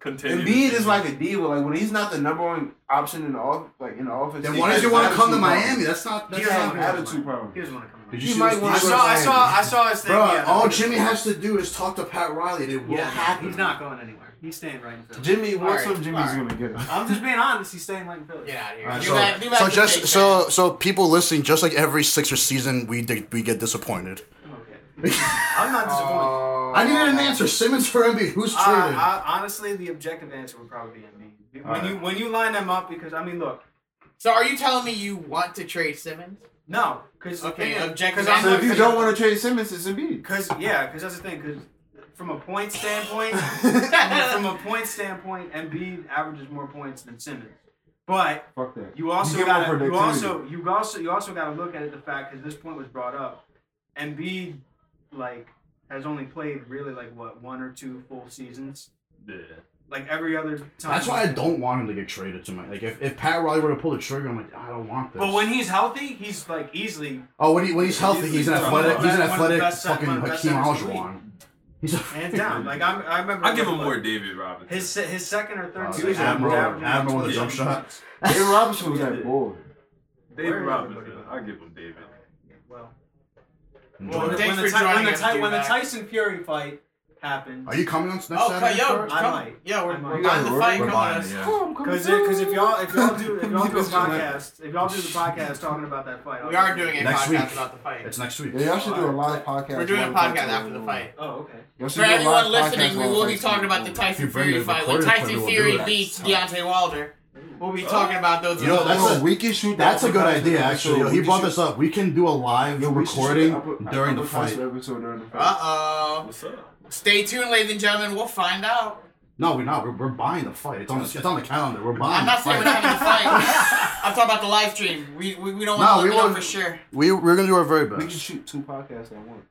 D: Continue.
C: Embiid is like a diva. Like when he's not the number one option in the off, like in the offense.
A: Then
C: he
A: why
C: has
A: does he want
C: an
A: to come to
C: attitude problem.
A: Miami? That's not.
C: He
A: That's
C: has
A: not
C: an
A: good.
C: attitude problem.
F: He doesn't want to come.
A: Did
F: back.
A: you
C: He
A: see
C: might
A: this-
C: want-
F: I saw, I saw, I saw his thing.
A: Bro,
F: yeah,
A: all
F: that-
A: Jimmy has to do is talk to Pat Riley. They will
F: Yeah,
A: happen.
F: he's not going anywhere. He's staying right in Philly.
C: Jimmy wants
B: All right,
C: him.
B: all
C: Jimmy's
B: right.
C: gonna get him.
F: I'm just being honest. He's staying right in Philly.
B: Get out of here.
A: Alright,
B: Do
A: so,
B: that- do that
A: so
B: to Big
A: just
B: Ben.
A: so so people listening, just like every Sixers season, we di- we get disappointed.
F: Okay. I'm not disappointed.
A: I needed
F: Oh.
A: an answer. Simmons for Embiid. Who's
F: Ah,
A: traded?
F: I, I, honestly, the objective answer would probably be Embiid. When
A: All right.
F: you when you line them up, because I mean, look,
B: So are you telling me you want to trade Simmons?
F: no, because
B: Okay, objective
F: Because
B: answer.
C: So if you don't want to trade Simmons, it's Embiid.
F: Cause yeah, cause that's the thing. Cause from a point standpoint, from, a, from a point standpoint, Embiid averages more points than Simmons. But
C: Fuck that.
F: you also
C: get more
F: got you
C: productivity.
F: also you also you also got to look at it the fact because this point was brought up. Embiid like has only played really like what one or two full seasons.
D: Yeah.
F: Like every other time.
A: That's why I don't want him to get traded to my like. If, if Pat Riley were to pull the trigger, I'm like, I don't want this.
F: But when he's healthy, he's like easily
A: oh, when he when he's healthy, he's an
F: He's
A: athletic.
F: one
A: He's an
F: of the
A: athletic
F: best- one of the
A: fucking
F: best
A: Hakeem
F: centers in the
A: Olajuwon. He's a
F: hands down. Like I'm, I remember.
D: I give him more David Robinson.
F: His se- his second or third
A: Oh,
F: season,
A: Admiral-
F: was averaging
A: Admiral with a
F: 20
A: jump shot.
F: points.
C: David Robinson was that boy.
D: David
F: Where is
D: Robinson.
F: everybody?
D: I give him David.
F: Well,
A: Enjoy
F: when
A: it.
F: the,
B: Thanks
F: when the,
B: for
F: Ty- when
B: joining
F: the,
B: us,
F: Ty-
B: dude,
F: when the
B: man.
F: Tyson Fury fight happened,
A: Are you coming on next
B: Oh,
A: Saturday?
B: yo,
A: Kurt?
B: come,
F: I might.
B: yeah, we're, we're
F: I might.
B: buying the fight.
A: We're
B: Come on
A: buying
B: us.
A: it, yeah.
F: because because if y'all if y'all do if y'all do a podcast if y'all do the podcast talking about that fight, I'll
B: We
F: do
B: are
F: it.
B: doing a
A: Next
B: podcast
A: week.
B: about the fight.
A: It's next week.
C: Yeah, y'all should do a live podcast.
B: We're doing a
C: while the
B: podcast
C: fight's
B: after the
C: going
B: fight.
F: Oh, okay.
C: Y'all should
B: For
C: do a live
B: anyone listening,
C: podcast
B: we
C: while the
B: will be
C: fight's
B: talking about
C: going
B: the
C: on.
A: If you
B: Tyson
A: bring
B: Fury
A: the
B: fight. When
A: recorder,
B: Tyson
A: we'll do
B: Fury
A: that.
B: beats Deontay Wilder, we'll be talking about those.
A: You know,
B: results.
A: That's
C: That's
A: a-
C: a, we can shoot.
A: That's
C: the
A: a good
C: uppercuts
A: idea,
C: in the
A: actually.
C: episode.
A: Yo, he
C: We
A: brought
C: can
A: this up. We can do a live
C: shoot- we should shoot
A: recording
C: upper-
A: during the
C: uppercuts
A: fight.
C: episode during the fight.
B: Uh oh.
D: What's up?
B: Stay tuned, ladies and gentlemen. We'll find out.
A: No, we're not. We're, we're buying the fight. It's on. It's on the calendar. We're buying.
B: I'm not
A: the
B: saying we're
A: fight.
B: not having a fight. I'm talking about the live stream. We we, we don't want
A: No, we
B: to let you know
A: won't-
B: for sure.
A: We we're gonna do our very
C: we can
A: best.
C: shoot two podcasts at once.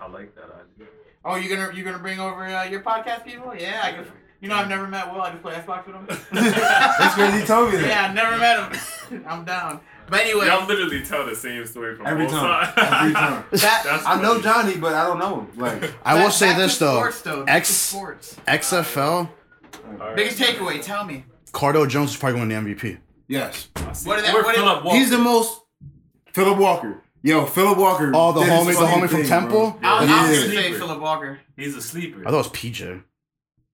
D: I like that idea.
B: Oh, you're gonna you're gonna bring over uh, your podcast people? Yeah, I can. You know, I've never met Will. I can play Xbox with him.
C: That's crazy. He told me
B: yeah, I never met him. I'm down. But anyway,
D: Y'all literally tell the same story from
C: Every
D: both
C: time.
D: sides.
C: Every time.
B: that,
D: That's
C: I know
D: funny.
C: Johnny, but I don't know him. Like,
A: I will
B: back-
A: say
B: back to
A: this though.
B: Sports, though. Back to
A: X
B: sports.
A: XFL.
D: All right.
B: Biggest takeaway. Tell me.
A: Cardo Jones is probably going to the MVP.
C: yes,
B: What did that?
D: We're
B: What did,
D: Philip Walker.
C: he's the most Philip Walker. Yo, Philip Walker.
A: Oh, the
C: did his
A: homie, the
C: fucking
A: homie from
C: thing,
A: Temple.
B: I was, I was
C: Yeah.
B: gonna say Philip Walker.
D: He's a sleeper.
A: I thought it was PJ.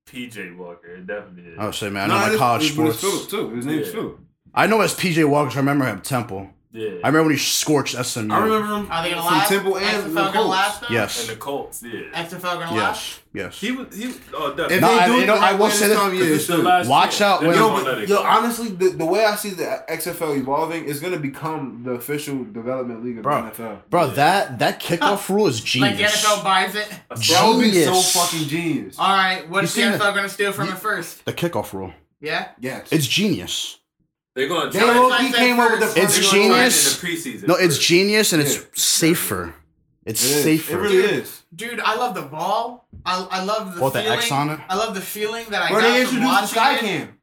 D: PJ Walker. It definitely is.
A: Oh shit, man! I
C: Bro.
A: know
C: Nah,
A: my
C: this-
A: college
C: this was
A: sports.
C: Philip too. His name's
D: Yeah.
C: Philip.
A: I know as PJ Walker. 'cause I remember him at Temple.
D: yeah.
A: I remember when he scorched SMU.
C: I remember him
B: Are they gonna
C: from
B: last?
C: Temple
B: XFL
C: and the
B: gonna
C: Colts.
B: last though?
D: and the
A: Yes.
D: Colts. Yeah.
B: XFL gonna last.
A: Yes. Yes.
D: He was. He. Oh,
C: If
D: definitely.
A: No,
C: they
A: I-
C: do it
A: you know,
C: the
A: I
C: right
A: will
C: way
A: say
C: this
A: this-
C: time, yeah,
D: This
C: it
D: is the
C: should.
D: last
A: Watch
D: year.
A: out
D: They're
A: when-
D: not
C: Yo,
A: Yo,
D: gonna let
C: but,
D: it
C: yo,
D: go.
C: honestly, the, the way I see the XFL evolving is gonna become the official development league of
A: Bro.
C: the NFL.
A: Bro, that that kickoff rule is
B: Like
A: genius.
B: the NFL buys it.
C: That
A: Oh,
C: would be so
A: Genius.
C: fucking genius.
B: All right, what
A: You
B: is the
A: seen
B: NFL gonna steal from it first?
A: The kickoff rule.
B: Yeah.
C: Yes,
A: It's genius.
D: They're gonna
C: They
D: try
C: low
B: That's
C: key
B: what I
C: came
B: said
C: up with
B: first.
C: the
A: It's
C: first
D: They're gonna try it
A: genius.
D: in the preseason.
A: No, it's
D: first.
A: genius and
C: Yeah.
A: it's safer. It's
C: It is.
A: safer.
C: It really is.
B: Dude, I love the ball. I, I love the
A: What, the
B: feeling.
A: X on it?
B: I love the feeling that I got
C: Bro, they
B: from
C: introduced the
B: watching
C: sky
B: it.
C: cam.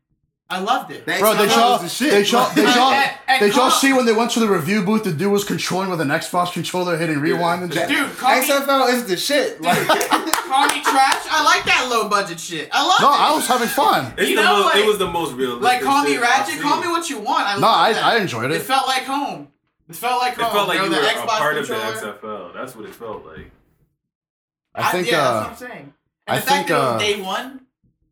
B: I loved it.
A: Bro, did y'all, did y'all, did
B: Like,
A: y'all,
B: at- at
A: did y'all
B: Col-
A: see when they went to the review booth, the dude was controlling with an Xbox controller, hitting rewind and shit?
B: Dude, call me,
C: XFL is the shit. Like,
B: call me trash. I like that low budget shit. I love
A: No,
B: it.
A: I was having fun.
D: It's
B: You
D: the
B: know,
D: most,
B: like-
D: it was the most realistic.
B: like call me
D: shit
B: ratchet.
D: I've
B: Call me
D: seen.
B: what you want. I
A: No,
B: love
A: I,
B: that.
A: I enjoyed
B: it
A: it.
B: felt like home. It felt like home.
D: It felt like
B: bro,
D: you
B: the
D: were a
B: Xbox
D: part
B: controller.
D: of the XFL. That's what it felt like.
A: I think,
B: yeah,
A: uh,
B: that's what I'm saying. And
A: I
B: the
A: think,
B: fact that it
A: uh,
B: was day one,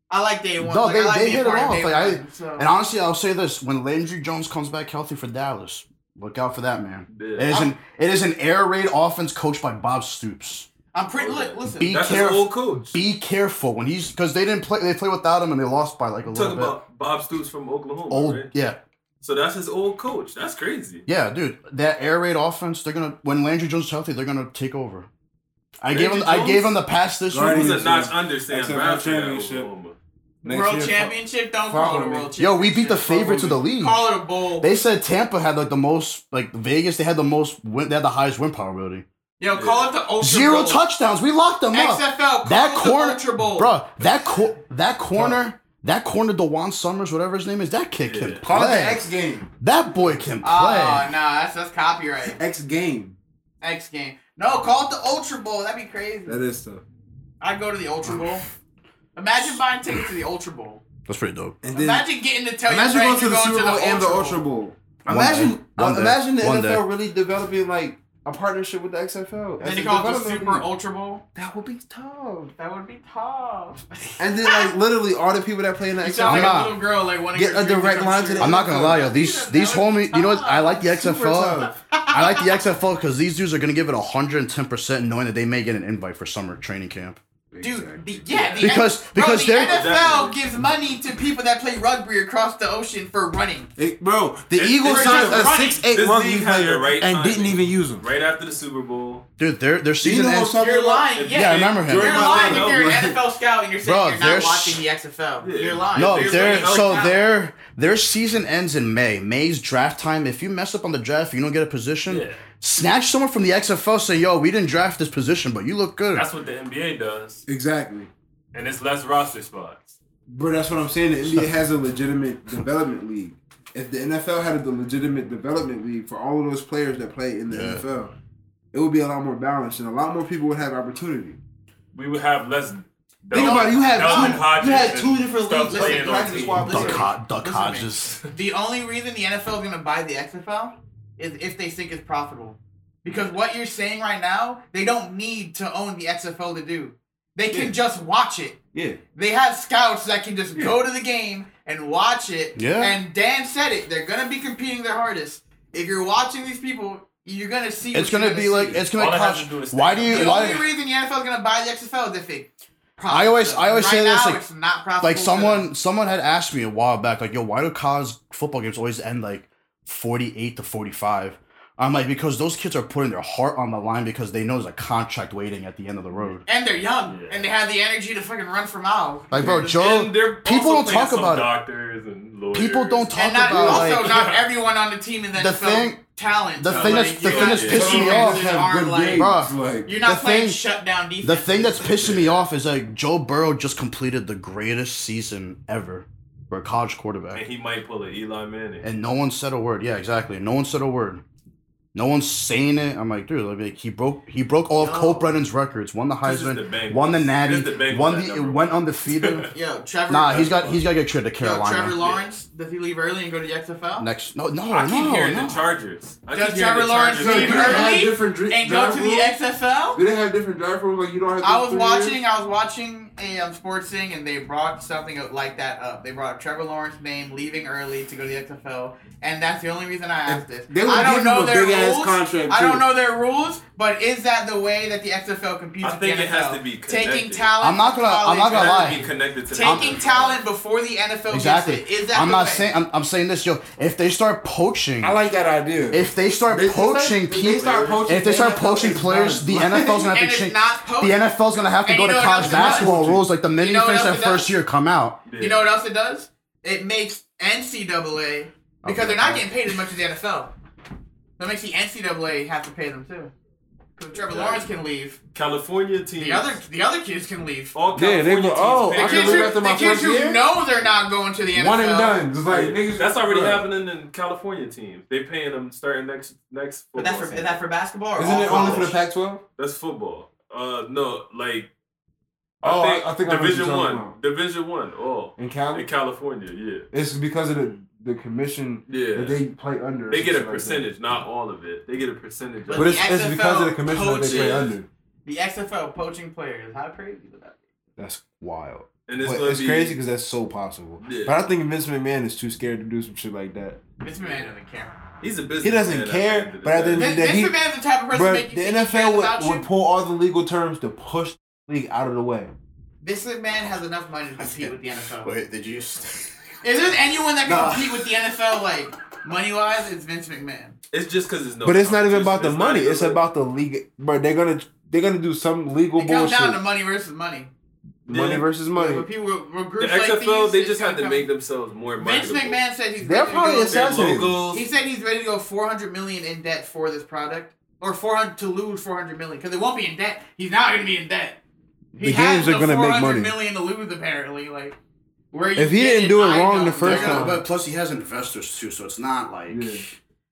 B: I like day one.
A: No,
B: like,
A: they-
B: I like
A: they
B: being
A: hit it
B: part of
A: off.
B: day
A: Like, I-
B: one, so.
A: And honestly, I'll say this: when Landry Jones comes back healthy for Dallas, look out for that man. It
D: Yeah.
A: is an it is an air raid offense coached by Bob Stoops.
B: I'm pretty. Look, listen.
A: Be
G: That's his
A: careful.
G: old coach.
A: Be careful when he's because they didn't play. They played without him and they lost by like a little
G: Talking
A: bit.
G: about Bob Stoops from Oklahoma,
A: Old,
G: right?
A: yeah,
G: So that's his old coach. That's crazy.
A: yeah, dude. That air raid offense. They're gonna when Landry Jones is healthy, they're gonna take over. I gave him.
G: Landry
A: I gave
G: Jones?
A: him the pass this
G: He
A: week.
C: Guardians.
G: was a notch under Sam
C: Except for
G: Bradford at
C: championship.
G: Oklahoma.
B: world championship. Don't
C: fuck
B: call it
C: with
B: a
C: me.
B: world championship.
A: Yo, we beat the favorites of the league.
B: Call it a bowl.
A: They said Tampa had like the most, like Vegas. They had the most. Win, they had the highest win probability.
B: Yo, call it the Ultra
A: Zero
B: Bowl.
A: touchdowns. We locked them up.
B: XFL. Call
A: that
B: it the
A: corner,
B: Ultra Bowl.
A: bro. That cor- that corner, that corner, Dewan Summers, whatever his name is, that kid can play.
C: Call it the X game.
A: that boy can play.
B: Oh no, that's that's copyright.
C: X game.
B: X game. No, call it the Ultra Bowl. That'd be crazy.
C: That is tough.
B: I'd go to the Ultra Bowl. Imagine buying tickets to the Ultra Bowl.
A: That's pretty dope.
C: And then
B: Imagine getting to tell
C: imagine
B: your
C: going
B: friends
C: to the
B: you're
C: Super
B: going
C: Bowl
B: to the
C: and the
B: Ultra
C: Ultra
B: Boll.
C: Bowl.
A: One day.
C: Imagine,
A: One day.
C: imagine the
A: One
C: NFL
A: day.
C: really developing like a partnership with the XFL.
B: Then
C: As
B: you
C: a
B: call it the
C: development
B: Super
C: league.
B: Ultra Bowl.
C: That would be tough.
B: That would be tough.
C: And then like literally all the people that play in the
B: You sound
C: XFL.
B: like
A: not-
B: a little girl, like wanting
C: Get
B: your
C: a
B: dreams
C: direct
B: come
C: line to
B: true.
C: the-
A: I'm not gonna lie, yo. These these homie, you know what? I like the
C: Super
A: XFL.
C: tough.
A: I like the XFL because these dudes are gonna give it 110 percent, knowing that they may get an invite for summer training camp.
B: Dude, the, yeah, the
A: Because-
B: N- bro,
A: because
B: the
A: they're-
B: NFL gives money to people that play rugby across the ocean for running.
C: It- bro, the
G: It's-
C: Eagles
G: it's
C: signed
G: just
C: a
B: running.
C: six eight
G: This
C: rugby
G: league had the
C: player
G: right
C: and
G: timing.
C: didn't even use him.
G: Right after the Super Bowl,
A: Dude, their their
C: Do you
A: season
C: know what I'm
A: ends.
C: talking
B: You're
C: about?
B: lying. Yeah,
A: Yeah, I remember him.
B: You're
G: During my
B: lying
G: time,
B: if you're an
G: like-
B: NFL scout and you're saying
A: Bro,
B: you're
A: there's-
B: not watching the XFL.
G: Yeah.
B: You're lying.
A: No, oh,
B: There's
A: their
B: like
A: so
B: no talent.
A: their their season ends in May. May's draft time. If you mess up on the draft, you don't get a position.
D: Yeah.
A: Snatch someone from the XFL. Say, yo, we didn't draft this position, but you look good.
D: That's what the NBA does,
C: Exactly.
D: and it's less roster spots.
C: Bro, that's what I'm saying. The NBA has a legitimate development league. If the NFL had a legitimate development league for all of those players that play in the
A: Yeah.
C: NFL, it would be a lot more balanced and a lot more people would have opportunity.
D: We would have less.
C: Think about it. You had
D: Delvin
C: two-
D: Hodges
C: you had
D: and
C: two different
D: stuff
C: leagues.
D: playing
B: Listen,
D: on
B: practice
D: teams.
B: squad, listen.
A: Duck, Hod- Duck
B: Listen to me.
A: Hodges.
B: The only reason the NFL is going to buy the XFL is if they think it's profitable. Because what you're saying right now, they don't need to own the XFL to do. They can
C: Yeah.
B: just watch it.
C: Yeah.
B: They have scouts that can just go to the game and watch it.
A: Yeah.
B: And Dan said it. They're going to be competing their hardest. If you're watching these people, you're going to see.
A: It's
B: what
A: gonna
B: you're
A: be
B: see.
A: like it's gonna
D: All
A: be
D: I have
A: cost-
D: to do is
A: Why do
D: stand
A: you?
B: The
A: Why,
B: only reason the NFL is going to buy the XFL is if it.
A: I always- I always
B: profits.
A: say
B: Right
A: this,
B: now,
A: like-
B: it's not profitable
A: like
B: to
A: someone someone had asked me a while back like yo why do college football games always end like 48 to 45 i'm like because those kids are putting their heart on the line because they know there's a contract waiting at the end of the road
B: and they're young
D: Yeah.
B: and they have the energy to fucking run for miles.
A: like bro joe
D: And they're
A: people
D: also
A: don't talk
D: playing some
A: about it.
D: doctors and lawyers.
A: people don't talk
B: and not
A: about
B: also
A: like
B: not everyone on the team in that
A: The
B: NFL
A: thing-
B: talent.
A: the
B: So,
A: thing
B: like,
A: that's- the
B: you
A: thing
B: got
A: that's pissing me
B: two
A: off-
B: guys that
C: Have
B: aren't,
C: good
B: like-
C: games.
A: Bruh.
C: Like,
B: You're not
A: The
B: playing
A: thing-
B: shutdown defense.
A: the thing that's pissing me off is like joe burrow just completed the greatest season ever for a college
G: and
A: quarterback
G: he might pull an Eli Manning.
A: and no one said a word yeah exactly no one said a word no one's saying it. I'm like, dude, like he broke he broke all of
B: No.
A: Cole Brennan's records, won the
G: This is
A: Heisman,
G: the Bengals.
A: won the Natty,
G: This is the Bengals
A: won
G: at
A: the
G: number
A: went
G: one.
A: undefeated.
B: Yo, Trevor.
A: nah, he's got he's got to get traded to
B: Yo, Trevor
A: Carolina
B: Lawrence. Does he leave early and go to the XFL?
A: next. No, no,
G: I keep
A: Oh, no,
G: hearing
A: no.
G: the Chargers. I
B: Does
G: keep hearing
B: Trevor
G: the
B: Lawrence
G: Chargers.
C: So do
B: leave
C: you have
B: early
C: different dri-
B: and go to the
C: drive rules?
B: XFL?
C: Do they have different draft rules? Like you don't have.
B: I
C: to
B: was
C: three
B: watching.
C: years?
B: I was watching a um, sports thing, and they brought something like that up. They brought up Trevor Lawrence's name leaving early to go to the XFL, and that's the only reason I asked this.
C: They would
B: I
C: give
B: don't know
C: him a
B: their
C: big-ass
B: rules.
C: contract,
B: I don't
C: too.
B: know their rules, but is that the way that the XFL competes?
G: I
B: with
G: think
B: the
G: it has
B: NFL?
G: to be
B: taking
G: connected.
B: talent.
A: I'm not
B: from
A: gonna- I'm not
G: It has
A: gonna
B: college
G: to
A: lie.
G: be connected to the
B: Taking
G: NFL.
B: talent before the NFL
A: Exactly.
B: gets it. Is that
A: I'm
B: the
A: not
B: way?
A: saying. I'm, I'm saying this, yo. If they start poaching,
C: I like that idea.
A: if they start
C: They-
A: poaching
C: if they- if
A: people,
C: they start poaching,
A: if they start
C: the NFL
A: poaching
C: is
A: players,
C: done.
A: the NFL's gonna have
B: And
A: to
B: it's
A: change.
B: not poaching.
A: The NFL's gonna have to
B: And
A: go
B: you
A: to
B: know what
A: college
B: else it does?
A: basketball rules. Like the minute
B: You know
A: you finish
B: what
A: that
B: else it does?
A: first year, come out.
G: Yeah.
B: You know what else it does? It makes NCAA because they're not getting paid as much as the NFL. That makes the NCAA have to pay them too. Because Trevor Lawrence can leave.
G: California teams.
B: The other the other kids can leave.
G: all
C: Yeah,
G: California
C: they were-
G: teams.
C: oh,
G: pick
C: I
B: The
G: up-
C: can
B: kids
C: leave
B: who,
C: after
B: the
C: my
B: kids
C: first
B: who
C: year?
B: know they're not going to the NFL.
C: one and done. Just like niggas.
G: That's already
C: Bruh.
G: happening in California teams. They paying them starting next next.
B: But that's
G: football
B: for, is
G: season.
B: that for basketball or
C: Isn't
B: all
C: it only for the
B: college?
C: Pac-12?
G: That's football. Uh, no, like.
C: Oh, I- I think I know what
G: Division
C: you're
G: One,
C: talking about.
G: Division One, all
C: In
G: in
C: Cali?
G: California. Yeah,
C: It's because of the the commission
G: yeah.
C: that
G: They,
C: they play under.
G: get a
C: Something like that.
G: percentage, not all of it. They get a percentage.
B: But
G: of
C: But
G: it.
C: it's, it's
B: The
C: because of the
B: XFL
C: commission that they play
B: coaches.
C: under.
B: The XFL poaching players. How crazy would that be?
C: That's wild.
G: And it's
C: But
G: gonna
C: it's
G: be
C: crazy because that's so possible.
G: Yeah.
C: But I think Vince McMahon is too scared to do some shit like that.
B: Vince McMahon doesn't care.
G: He's a business.
C: He doesn't care, but at the end
B: Vince,
C: Then he-
B: Vince McMahon's the type of person
C: Bro,
B: to
C: the
B: make you think he cares
C: NFL
B: about
C: would,
B: you.
C: would pull all the legal terms to push the league out of the way.
B: Vince McMahon has enough money to compete with the NFL.
A: Wait, did you just?
B: Is there anyone that can
A: Nah.
B: compete with the NFL like money wise? It's Vince McMahon.
G: it's just because it's no.
C: but it's not even about the
G: competition.
C: money.
G: not
C: It's
G: even-
C: about the league. But they're gonna they're gonna do some legal
B: It comes down to
C: bullshit.
B: money versus money.
C: Money
G: Yeah.
C: versus
B: When
C: money.
B: people were, were
G: the
B: groups like
G: XFL.
B: these,
G: they
B: it's
G: just
B: gonna
G: have to
B: come-
G: make themselves more
B: Vince
G: marketable.
B: McMahon said he's
C: They're
B: ready to
C: probably
B: go-
C: assassin-
G: Their
C: assassinated.
G: logos.
B: He said he's ready to go 400 million in debt for this product, or 400 to lose 400 million because it won't be in debt. He's not going to be in debt. He
C: The
B: has
C: games are
B: the
C: gonna make
B: 400
C: money.
B: million to lose apparently. Like where you
C: If he
B: get
C: didn't do it
B: I
C: wrong
B: don't
C: the
B: know.
C: first
B: They're gonna-
C: time.
A: but plus he has investors too, so it's not like
C: Yeah.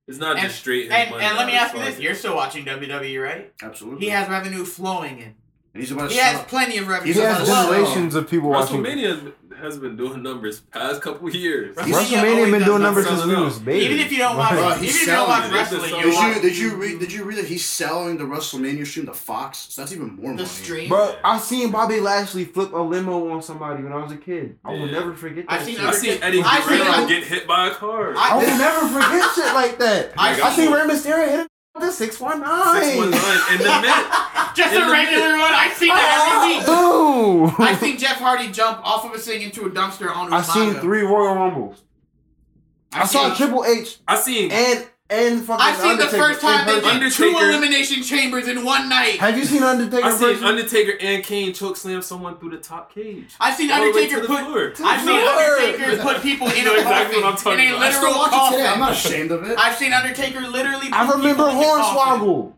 G: It's not
B: And-
G: just straight. his
B: And,
G: money
B: and let me
G: out
B: ask you
G: his
B: this: You're still watching WWE, right?
A: absolutely.
B: He has revenue flowing in.
A: and he's about to
B: He has
A: sell.
B: plenty of revenue.
A: He's
C: He
A: about
B: to
A: to
C: has
B: blow.
A: sell.
C: generations of people
G: pocket.
C: watching.
G: WrestleMania has been doing numbers past couple years.
B: Right.
C: WrestleMania been doing numbers since
G: Selling
C: we
G: out.
C: was babies.
B: Even if you don't watch,
A: Bro,
B: even
A: he's
B: if you don't watch
A: selling it.
B: wrestling,
G: Did
B: you
A: Did you
B: watch
A: did you read did you read that he's selling the WrestleMania stream to Fox? So that's even more money.
B: the stream.
C: Bro, I seen Bobby Lashley flip a limo on somebody when I was a kid. I will
G: Yeah.
C: never forget that.
B: I've seen
C: shit.
G: I seen Eddie
B: I've seen
G: Guerrero
B: it.
G: get hit by a car.
B: I-
C: I will never forget shit like that.
B: I
C: I, seen
G: got
C: Rey Mysterio hit him with the 619.
G: 619 in the Met.
B: Just
G: In
B: a
G: the
B: regular one. I've seen that every week.
C: Ooh.
B: I've seen Jeff Hardy jump off of a thing into a dumpster on Umaga.
C: I seen three Royal Rumbles. I saw Triple H
G: I seen
C: and and fucking
B: I've seen the
C: Undertaker
B: first
C: in
B: time they
C: person.
B: did two
G: Undertaker.
B: elimination chambers in one night.
C: Have you seen Undertaker?
G: I seen
C: versus-
G: Undertaker and Kane choke slam someone through the top cage.
B: I've seen
G: All the way
B: Undertaker
G: to the
B: put.
G: floor.
B: I've seen
C: Lord.
B: Undertaker put people in
G: know
B: a
G: exactly what I'm
B: coffin,
G: talking
B: in a
G: about. I
A: Still
B: literal
A: watch it today. I'm not
B: coffin.
A: ashamed of it.
B: I've seen Undertaker literally.
C: I
B: put
C: remember
B: people in the coffin.
C: Hornswoggle.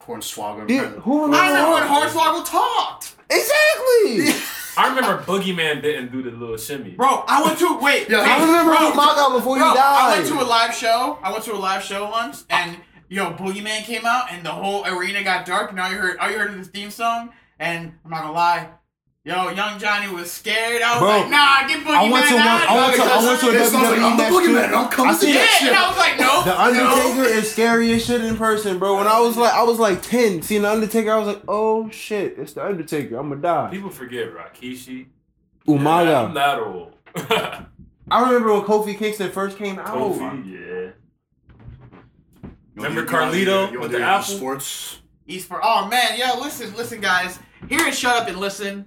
A: Hornswoggle.
C: Dude, who remember
B: I remember when
C: Hornswoggle?
B: Hornswoggle talked.
C: Exactly.
G: I remember Boogeyman didn't do the little shimmy.
B: Bro, I went to wait.
A: Yeah,
B: wait,
C: I remember
B: bro,
C: Umaga before
B: Bro,
C: he
B: I
C: died.
B: went to a live show. I went to a live show once, and yo, Boogeyman came out, and the whole arena got dark, and all you heard, all you heard was the theme song. And I'm not gonna lie, yo, Young Johnny was scared. I was
C: Bro,
B: like, nah, get Boogeyman
C: went to one-
B: out.
C: I went to- I went to a
A: It sounds like,
C: WWE
A: I'm the
C: match
A: boogeyman.
C: too.
A: I'm coming
C: I
A: to
C: seen-
A: get
B: yeah,
A: you.
B: and I was like, no,
C: The Undertaker is scary as shit in person, bro. When I was like, I was like ten, seeing the Undertaker, I was like, oh shit, it's the Undertaker. I'm gonna die.
G: People forget Rakishi. Yeah, I'm
C: Umaga.
G: not old.
C: I remember when Kofi Kingston first came out.
G: Kofi, yeah.
A: You wanna
G: Remember
A: do- you wanna do-
G: Carlito
A: you wanna
G: with the
A: do your
G: apple?
A: Sports.
B: East for oh man, yo, listen, listen, guys. Here at Shut Up and Listen,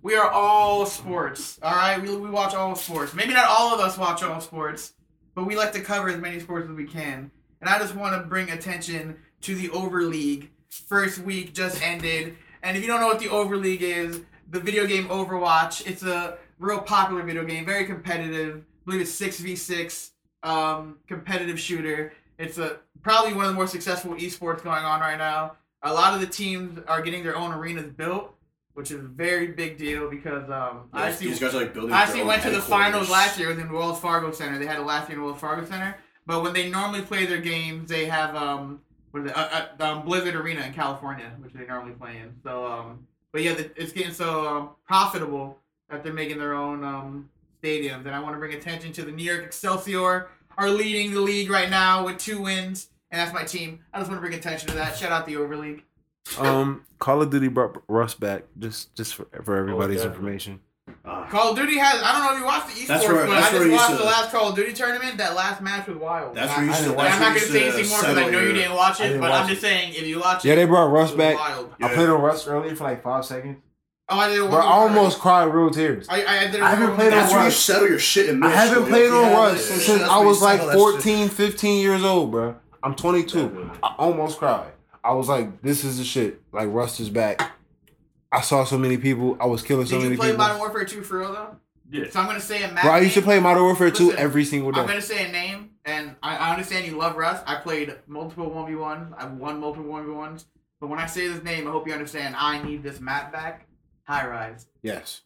B: we are all sports. All right, we, we watch all sports. Maybe not all of us watch all sports, but we like to cover as many sports as we can. And I just want to bring attention to the Overleague. First week just ended, and if you don't know what the Overleague is, the video game Overwatch. It's a real popular video game, very competitive. I believe it's six v six um, competitive shooter. It's a probably one of the more successful esports going on right now. A lot of the teams are getting their own arenas built, which is a very big deal because um, I
A: These-
B: see
A: These guys are like building.
B: I
A: their
B: actually
A: own
B: went to the
A: headquarters.
B: finals last year within Wells Fargo Center. They had it last year in Wells Fargo Center. But when they normally play their games, they have um, what is it? Uh, uh, um, Blizzard Arena in California, which they normally play in. So um, but yeah, the, it's getting so um, profitable that they're making their own um stadiums. And I want to bring attention to the New York Excelsior are leading the league right now with two wins, and that's my team. I just want to bring attention to that. Shout out the Overleague.
E: Um, Call of Duty brought Rust back just just for, for everybody's
G: definitely.
E: information.
A: Ah,
B: Call of Duty has I don't know if you watched the esports,
A: That's where-
B: but
A: that's
B: I
A: where
B: just
A: you
B: watched
A: should-
B: the last Call of Duty tournament. That last match was wild.
A: That's
B: I-
A: where you
C: I
A: should.
C: didn't
A: that's
B: I'm not
A: where
B: gonna
A: you
B: say
A: should,
B: anything more
A: uh,
B: because I know
A: settle
B: you
A: your-
B: didn't watch
C: I
B: it,
C: didn't
B: but
C: watch
B: I'm just saying if you watch it,
E: Yeah, they brought Rust
B: it was
E: back.
B: wild.
A: Yeah.
E: I played on Rust earlier for like five seconds.
B: Oh, I did it
E: Bro, I almost cried real tears.
B: I, I, did it
E: I haven't
B: one-
E: played on
A: That's where you
E: Rush.
A: settle your shit in
E: I
A: middle
E: haven't
A: school,
E: played
A: yo.
E: on
A: Yeah,
E: Rust
A: yeah, yeah.
E: since
A: That's
E: I
A: where
E: was
A: you
E: like
A: settle that shit.
E: 14, 15 years old, bro. I'm 22. I almost cried. I was like, this is the shit. Like, Rust is back. I saw so many people. I was killing so
B: Did
E: many
B: you play
E: people.
B: Modern Warfare 2 for real though?
G: Yeah.
B: So I'm gonna say a match.
E: Bro, I used to
B: name.
E: play Modern Warfare 2
B: Listen,
E: every
C: Oh,
E: single
B: I'm
E: day.
B: gonna say a name, and I, I understand you love Rust. I played multiple one v ones. I've won multiple one v ones. But when I say this name, I hope you understand. I need this map back. High rise.
E: Yes.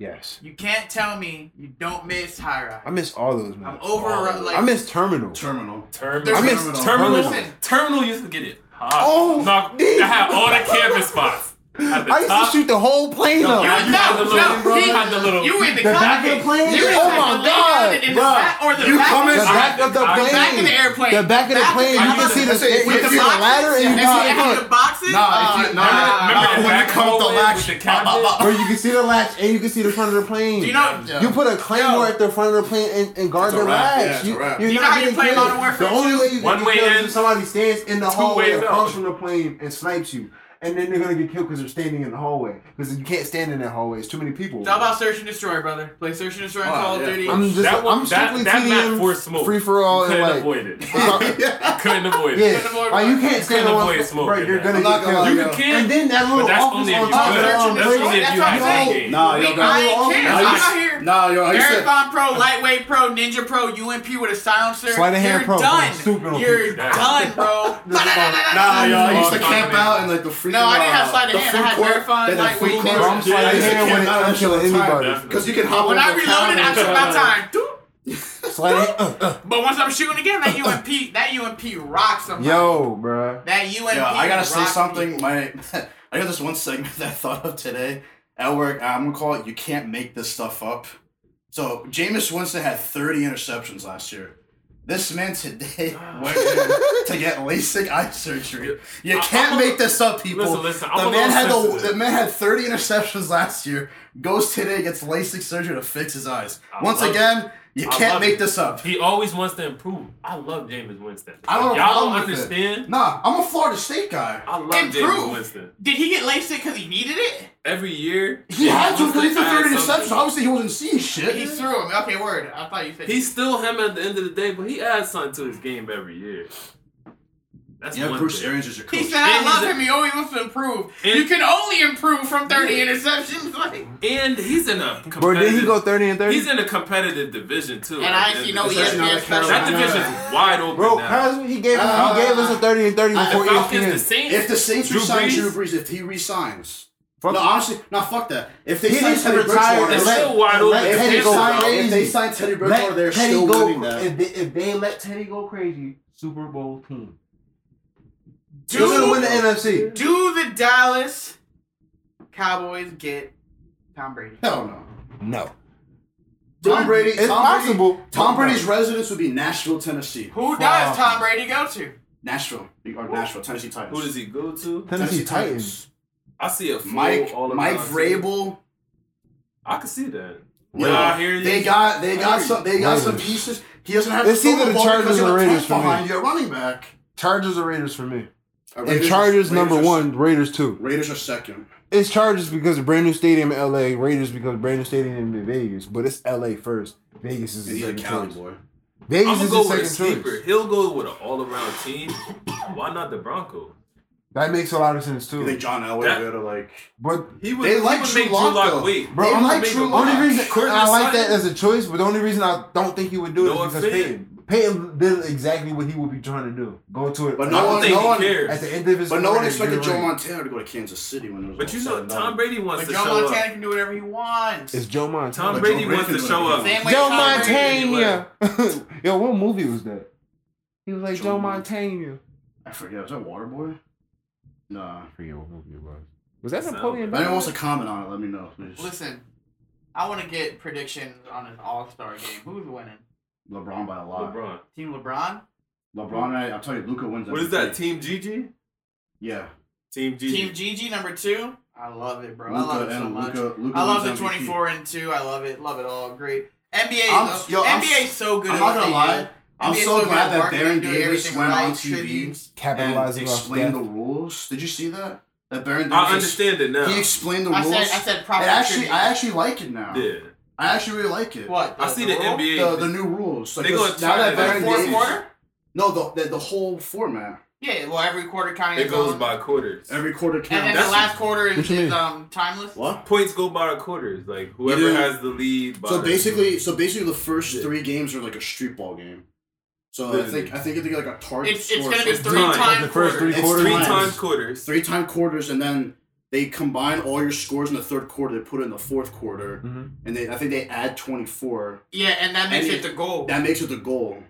E: Yes.
B: You can't tell me you don't miss high rise.
E: I miss all those,
B: I'm
E: man.
B: over
G: Oh,
B: like
E: I miss Terminal.
A: Terminal.
G: Terminal.
B: There's-
E: I miss
A: Terminal.
E: Terminal.
G: Terminal used to get it. hot.
E: Oh,
G: Knock-
E: dude.
G: I had all the campus spots.
D: At the
C: I used
D: top.
C: to shoot the whole plane
D: Yo,
C: up.
D: you had the
B: No,
D: little,
B: no,
D: you
B: he-
D: had the little.
B: You in the,
C: The back of the
B: cockpit.
C: plane?
B: You in
C: Oh
B: the
C: my
B: cockpit,
C: God,
B: in the
C: bruh.
B: back or the
C: You
B: back.
C: coming-
B: All
C: The
B: right.
C: back of the
B: All right.
C: plane.
B: Back of the airplane.
C: The back of the plane, you can see the,
H: That's it.
C: you
B: with
C: can
B: the
C: see the
B: boxes?
C: ladder and you
B: And
C: can
B: see
C: see
B: after
C: the front.
B: the boxes?
A: Nah, if you,
B: Uh, nah.
A: nah, remember, when
D: remember
A: you
D: back
A: come up the
D: hallway
A: latch,
D: with the
A: uh, uh, uh,
C: Bro, you can see the latch and you can see the front of the plane.
B: Do you know?
A: yeah.
C: You put a claymore at the front of the plane and, and guard
H: That's a
C: the
H: wrap. Yeah,
C: latch.
H: that's a wrap.
C: you're
B: You know how
C: not
B: you
C: getting
B: play
C: killed.
B: Modern Warfare
C: The only
B: 2?
C: way you
D: One
C: can
D: way
C: get killed is
D: in,
C: if somebody stands in the hallway
D: ways
C: or
D: out.
C: comes from the plane and snipes you. And then they're gonna get killed because they're standing in the hallway. Because you can't stand in that hallway. It's too many people.
B: It's all about search and destroy, brother. Play search and destroy in
H: Oh,
B: Call of
H: yeah.
B: Duty.
C: I'm just
D: That one-
C: I'm
D: that-
C: strictly
D: that map
C: TDM
D: forced smoke.
C: free for all and
D: couldn't
C: like
D: avoid it. couldn't avoid it.
C: yeah, like you can't stand
D: Couldn't
C: on
D: avoid
C: one
D: smoke
C: Right,
D: in
C: you're
D: that.
C: gonna
H: I'm not
C: get
H: gonna
C: killed.
H: lie, yo.
D: You can,
C: And then that
D: but
C: little
D: that's
C: office
D: only if
C: on
D: you
C: top
D: good.
C: of that um,
D: That's
C: place-
D: only if you
B: That's
D: have
B: what I'm
D: that
B: saying.
D: game.
A: Nah,
B: We-
A: yo,
B: I
A: guys.
B: ain't kidding.
A: Nah,
B: I'm
A: you-
B: out here.
A: Nah, yo, like you said,
B: Marathon Pro, Lightweight Pro, Ninja Pro, UMP with a silencer.
C: Sleight of hand
B: You're
C: pro.
B: done.
C: Stupid on
B: You're
D: people.
B: done, bro.
A: Nah, yo, I used to
D: Fuck,
A: camp
D: man.
A: out and like the freaking.
B: No, I didn't have
A: uh,
B: sleight of
A: the
B: hand. I
A: food
B: had
A: court,
B: marathon,
A: then the
B: lightweight
A: food
B: court.
A: court,
C: I'm
A: yeah,
C: sleight
A: I
C: of
A: used to
C: hand
A: camp
C: when it
A: out
C: comes to
A: all the
C: anybody.
A: time.
D: Definitely.
A: Cause you can hop
B: When
A: over
B: I
A: the
B: reloaded, I
A: counter.
B: took my time. Doop.
C: Sleight of hand- uh, uh.
B: But once I'm shooting again, that UMP, that UMP rocks them.
C: Yo, bruh.
B: that UMP.
A: Yeah, I gotta
B: rocks
A: say
B: me.
A: something. My, I got this one segment that I thought of today at work. I'm gonna call it "You Can't Make This Stuff Up." So Jameis Winston had 30 interceptions last year. This man today went in to get LASIK eye surgery. You
D: I-
A: can't
D: I'm a-
A: make this up, people.
D: Listen, listen, I'm
A: the
D: a
A: man
D: little
A: had the,
D: sensitive.
A: the man had 30 interceptions last year. Goes today, gets LASIK surgery to fix his eyes.
D: I
A: Once
D: love
A: again, you
D: I
A: can't
D: love
A: make
D: it.
A: this up.
D: He always wants to improve. I love Jameis Winston.
A: I don't have a
D: Y'all
A: problem
D: don't
A: with it.
D: understand.
A: Nah, I'm a Florida State guy.
D: I love
B: Improve.
D: Jameis Winston.
B: Did he get LASIK because he needed it?
D: Every year,
A: He had to because he threw
D: Winston
A: 30
D: adds something.
A: interceptions. Obviously, he wasn't seeing shit.
B: He threw him. Okay, word. I thought you said
D: He's still him at the end of the day, but he adds something to his game every year. That's
A: Yeah,
D: one
A: Bruce
D: thing.
A: Arians is your coach.
B: He said, "I
D: And
B: love
D: he's a-
B: him. He always wants to improve.
D: And-
B: you can only improve from 30 interceptions." Like,
D: And he's in a competitive.
C: Bro, did he go 30 and 30?
D: He's in a competitive division too.
B: and I actually know
A: Is
D: that,
A: that not
B: ESPN
A: a
B: special.
D: that
A: Carolina?
D: division is wide open
C: Bro,
D: now.
C: Cosby, he gave
A: Uh,
C: he gave us a thirty and thirty
A: I-
C: before
D: The
A: E
D: Falcons, the
C: ESPN.
D: Saints.
A: If the Saints
D: Drew
A: resign
D: Brees?
A: Drew Brees, if he resigns,
C: Fuck
A: no,
C: it.
A: honestly, no, fuck that. If they
C: He
A: sign
C: needs to
A: Teddy Bridgewater,
C: retire and
D: It's
A: if
C: let-
A: they-
D: still wide
C: and
D: open.
C: let
A: if
C: Teddy
A: they
C: go
A: sign,
C: crazy.
A: if they sign Teddy Bridgewater,
C: Let
A: they're
C: Teddy
A: still
C: go,
A: winning that.
C: If they, if they let Teddy go crazy, Super Bowl team.
B: Do-
C: They're gonna win the NFC.
B: Do the Dallas Cowboys get Tom Brady?
A: Hell no.
C: No,
A: Tom Brady.
C: it's
A: Tom Brady-
C: possible.
A: Tom Brady's residence would be Nashville, Tennessee.
B: Who
C: Fuck.
B: does Tom Brady go to?
A: Nashville or Nashville, Tennessee Titans.
I: Who does he go to?
C: Tennessee Titans.
I: I see a full
A: Mike
I: all
A: Mike
I: around team.
A: Vrabel.
I: I can see that.
A: Yo,
I: Yeah, I hear you.
A: they got they got
I: Raiders.
A: some they got some
C: Raiders.
A: pieces. He doesn't have
C: It's
A: to throw
C: either the
A: ball
C: Chargers
A: because
C: or
A: of the
C: Raiders
A: tank
C: for me.
A: behind you at running back.
C: Chargers or Raiders for me.
A: Uh,
C: And
A: Raiders-
C: Chargers
A: Raiders
C: number
A: are-
C: one, Raiders two.
A: Raiders are second.
C: It's Chargers because of brand new stadium in LA. Raiders because brand new stadium in Vegas. But it's LA first. Vegas is the
A: He's a
C: second
A: Cali
C: choice.
A: boy.
C: Vegas
I: I'm gonna
C: is
I: go
C: the
I: with a
C: second
I: sleeper.
C: choice.
I: He'll go with an all-around team. Why not the Broncos?
C: That makes a lot of sense
A: You think
C: too.
A: John Elway
I: That-
A: would to like?
C: But
I: He would,
A: They
I: he
A: like
I: would
A: Drew
I: make
A: Lock,
I: Drew
A: though.
I: Lock wait.
C: Bro,
A: They
C: I'm
A: like
C: like
A: Drew
C: only
A: Lock.
C: reason
I: Curtis
C: I like that
I: Sutton.
C: as a choice, but the only reason I don't think he would do it
I: No
C: is because
I: offense.
C: Peyton. Peyton did exactly what he would be trying to do. Go to it.
A: But
I: I
A: no
I: don't
A: one,
I: think
A: no
I: he
A: one,
I: cares.
C: at the end of his
A: but no one
C: career,
A: expected
C: you're
A: Joe
C: right.
A: Montana to go to Kansas City when it was.
I: But you
A: all said
I: know,
A: and
I: Tom
A: done.
I: Brady wants
B: But
I: to
B: Joe
I: show
B: Montana
I: up.
B: can do whatever he wants.
C: It's Joe Montana.
I: Tom
A: But
I: Brady
A: Joe
I: wants to
A: Brady
I: show
A: would-
I: up.
B: Same way
C: Joe
B: Tom Brady-
C: Montana. Yo, what movie was that? He was like
A: Joe
C: Joe,
A: Mon-
C: Montana.
A: I forget. Was that Waterboy? Nah.
C: I forget what movie it was. Was that
I: So-
C: Napoleon?
A: If anyone wants to comment on it, let me know. please.
B: Listen, I want to get predictions on an All Star game. Who's winning?
A: LeBron by a lot. LeBron,
I: LeBron.
B: Team LeBron,
A: and I, I'll tell you, Luca wins.
I: What is
A: MVP.
I: that? Team GG?
A: Yeah.
I: Team GG.
B: Team Gigi number two. I love it, bro. I love
A: Luca
B: it so
A: and
B: much.
A: Luca. Luca
B: I love the
A: wins MVP.
B: 24 and 2. I love it. Love it all. Great. NBA,
A: I'm-
B: though.
A: yo, I'm
B: NBA
A: s-
B: is so good
A: I'm
B: at
A: not
B: what
A: gonna
B: they
A: lie.
B: do.
A: I'm
B: NBA is
A: so
B: good
A: glad
B: at
A: that
B: marketing,
A: Baron
B: doing
A: Davis
B: everything
A: went
B: right,
A: on TV
B: tributes.
A: and
C: Capitalizing off
A: explained the
C: that.
A: rules. Did you see that? That Baron Davis.
I: I understand it now.
A: He explained the
B: I
A: rules.
B: said, I said
A: I
B: proper
A: actually,
B: tributes.
A: I actually like it now.
I: yeah.
A: I actually really like it.
B: What?
I: I see the
B: rule?
I: NBA.
A: The, the new rules. Like
I: They
A: this-
I: gonna
A: now
I: try
A: that
I: it
A: Baron
I: in
B: Fourth
A: Davis-
B: quarter?
A: No, the, the the whole format.
B: Yeah, well, every quarter counting
I: It
B: is
I: goes
B: own.
I: by quarters.
A: Every quarter
B: And then
A: counts.
B: the
I: That's-
B: last quarter is,
C: What you
B: is
C: mean?
B: um timeless.
A: what?
I: Points go by quarters. Like whoever
A: Yeah.
I: has the lead. By
A: So basically, so basically, the first
I: Yeah.
A: three games are like a street ball game. So I
I: Yeah.
A: think I think you have to get like a target
B: It's,
A: score.
B: it's gonna
A: for
B: be
A: each
B: three
I: nine.
B: time
C: The first
B: quarter.
C: three
A: It's
C: quarters.
I: three
A: times.
I: times quarters.
A: three time quarters and then they combine all your scores in the third quarter they put it in the fourth quarter
C: Mhm.
A: and they i think they add 24
B: Yeah, and that makes
A: And
B: it the goal.
A: that makes it the goal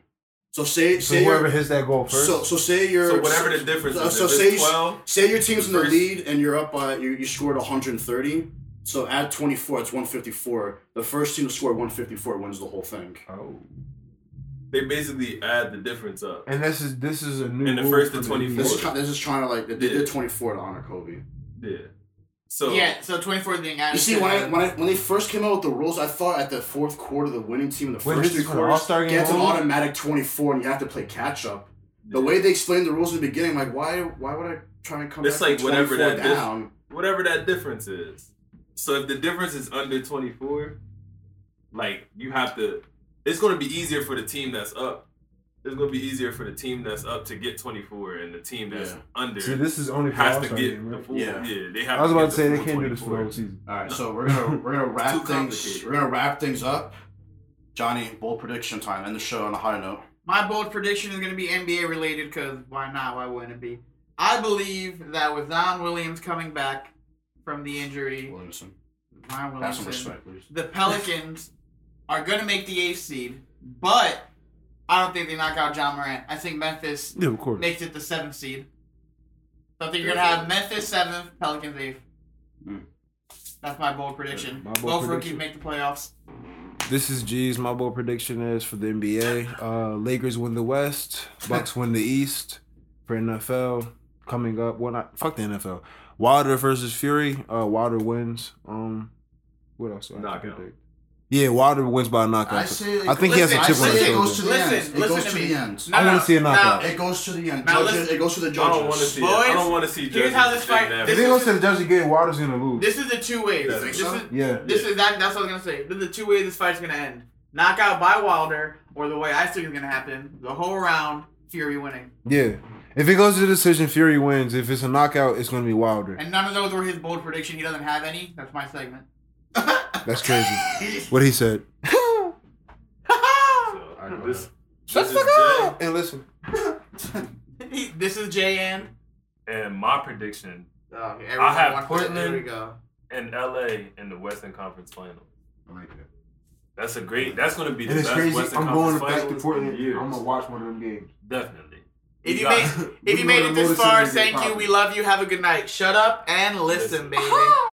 A: So say
C: So
A: say you're-
C: whoever hits that goal first.
A: so so say you're
D: So whatever the difference
A: so-
D: is,
A: so
D: if
A: say you-
D: it's twelve,
A: Say your team's in the
D: First-
A: lead and you're up by you, you scored 130. So add 24, it's 154. The first team to score 154 wins the whole thing.
C: oh.
D: they basically add the difference up.
C: And this is this is a new.
D: In the
C: rule
D: first
C: for
D: and
C: the
D: 24.
A: This
C: league.
A: is, try- this is trying to like they did 24 to honor Kobe.
D: Yeah. So
B: yeah, so 24 is being added.
A: You see,
B: to
A: when I
B: that.
A: when I when they first came out with the rules, I thought at the fourth quarter the winning team in the
C: Wait,
A: first
C: this
A: three
C: is for an
A: quarters
C: All-Star game
A: gets an
C: only?
A: automatic 24, and you have to play catch up. The way they explained the rules in the beginning, I'm like, why why would I try and come
D: It's
A: back
D: like
A: from
D: whatever
A: 24
D: that is.
A: down?
D: whatever that difference is. So if the difference is under 24, like you have to, it's going to be easier for the team that's up. It's going to be easier for the team that's up to get 24, and the team that's
A: Yeah.
D: under
C: See, this is only for
D: has
C: All
D: to
C: Star
D: get
C: game.
D: the
C: Right?
D: full.
A: Yeah.
D: Yeah, they have.
C: I was
D: to get
C: about to
D: the
C: say they
D: full
C: can't do this for the
D: 24.
C: whole season.
A: All right, so we're gonna we're gonna wrap
D: Too
A: things
D: complicated.
A: we're gonna wrap things up. Johnny, bold prediction time. End the show on a high note.
B: My bold prediction is going to be NBA related because why not? Why wouldn't it be? I believe that with Zion Williams coming back from the injury,
A: Williamson,
B: Zion
A: have some
B: Williamson,
A: respect, please.
B: the Pelicans are going to make the eighth seed, but I don't think they knock out John Morant. I think Memphis
C: Yeah, of course.
B: makes it the seventh seed. So I think you're going to have Memphis seventh, Pelicans eighth.
A: Mm.
B: That's my bold prediction.
C: My bold
B: Both rookies
C: prediction.
B: make the playoffs.
C: This is G's. My bold prediction is for the NBA. Uh, Lakers win the West. Bucks win the East. For NFL coming up, well not fuck the NFL. Wilder versus Fury. Uh, Wilder wins. Um, what else? do I have to
D: Knockout.
C: predict? Yeah, Wilder wins by knockout. I, think he has a
B: listen,
C: chip on
B: I say
C: his
B: it
C: shoulder.
A: goes to the
B: Listen,
A: end. It
B: listen
A: goes
B: to
A: to
B: me.
A: the end.
C: I wanna see a knockout.
A: It goes to the end.
B: Now
A: Judges,
B: listen-
A: it goes to the
D: I don't want to
A: judges.
D: see. It. I
B: Boys,
D: don't want to see.
B: here's how this
D: judges
B: fight-
D: shitting
B: this
D: at
C: If
D: me.
C: they go to the judges again, Wilder's gonna lose.
B: This is the two ways.
A: You think
B: This
A: so?
B: is-
C: yeah.
B: This is that. That's what I was gonna say. This is the two ways this fight's gonna end: knockout by Wilder, or the way I think it's gonna happen, the whole round Fury winning.
C: Yeah. If it goes to the decision, Fury wins. If it's a knockout, it's gonna be Wilder.
B: And none of those were his bold prediction. He doesn't have any. That's my segment.
C: That's crazy. what he said.
D: So, this,
C: Shut
D: this
C: the
D: is
C: fuck
D: Jay.
C: up and listen.
B: He- this is JN.
J: And my prediction
B: Oh, okay,
J: I have
B: everyone wants it. There
J: Portland.
B: we go.
J: in LA in the Western Conference Finals.
A: I like it.
J: That's a great. That's going to be the
C: And it's
J: best
C: crazy.
J: Western
C: I'm going
J: Conference
C: back to
J: Finals
C: Portland.
J: in years.
C: I'm gonna watch one of them games.
J: Definitely.
B: If you
J: got-
B: made if you made it this far, thank you. We love you. Have a good night. Shut up and
J: Listen.
B: listen, baby.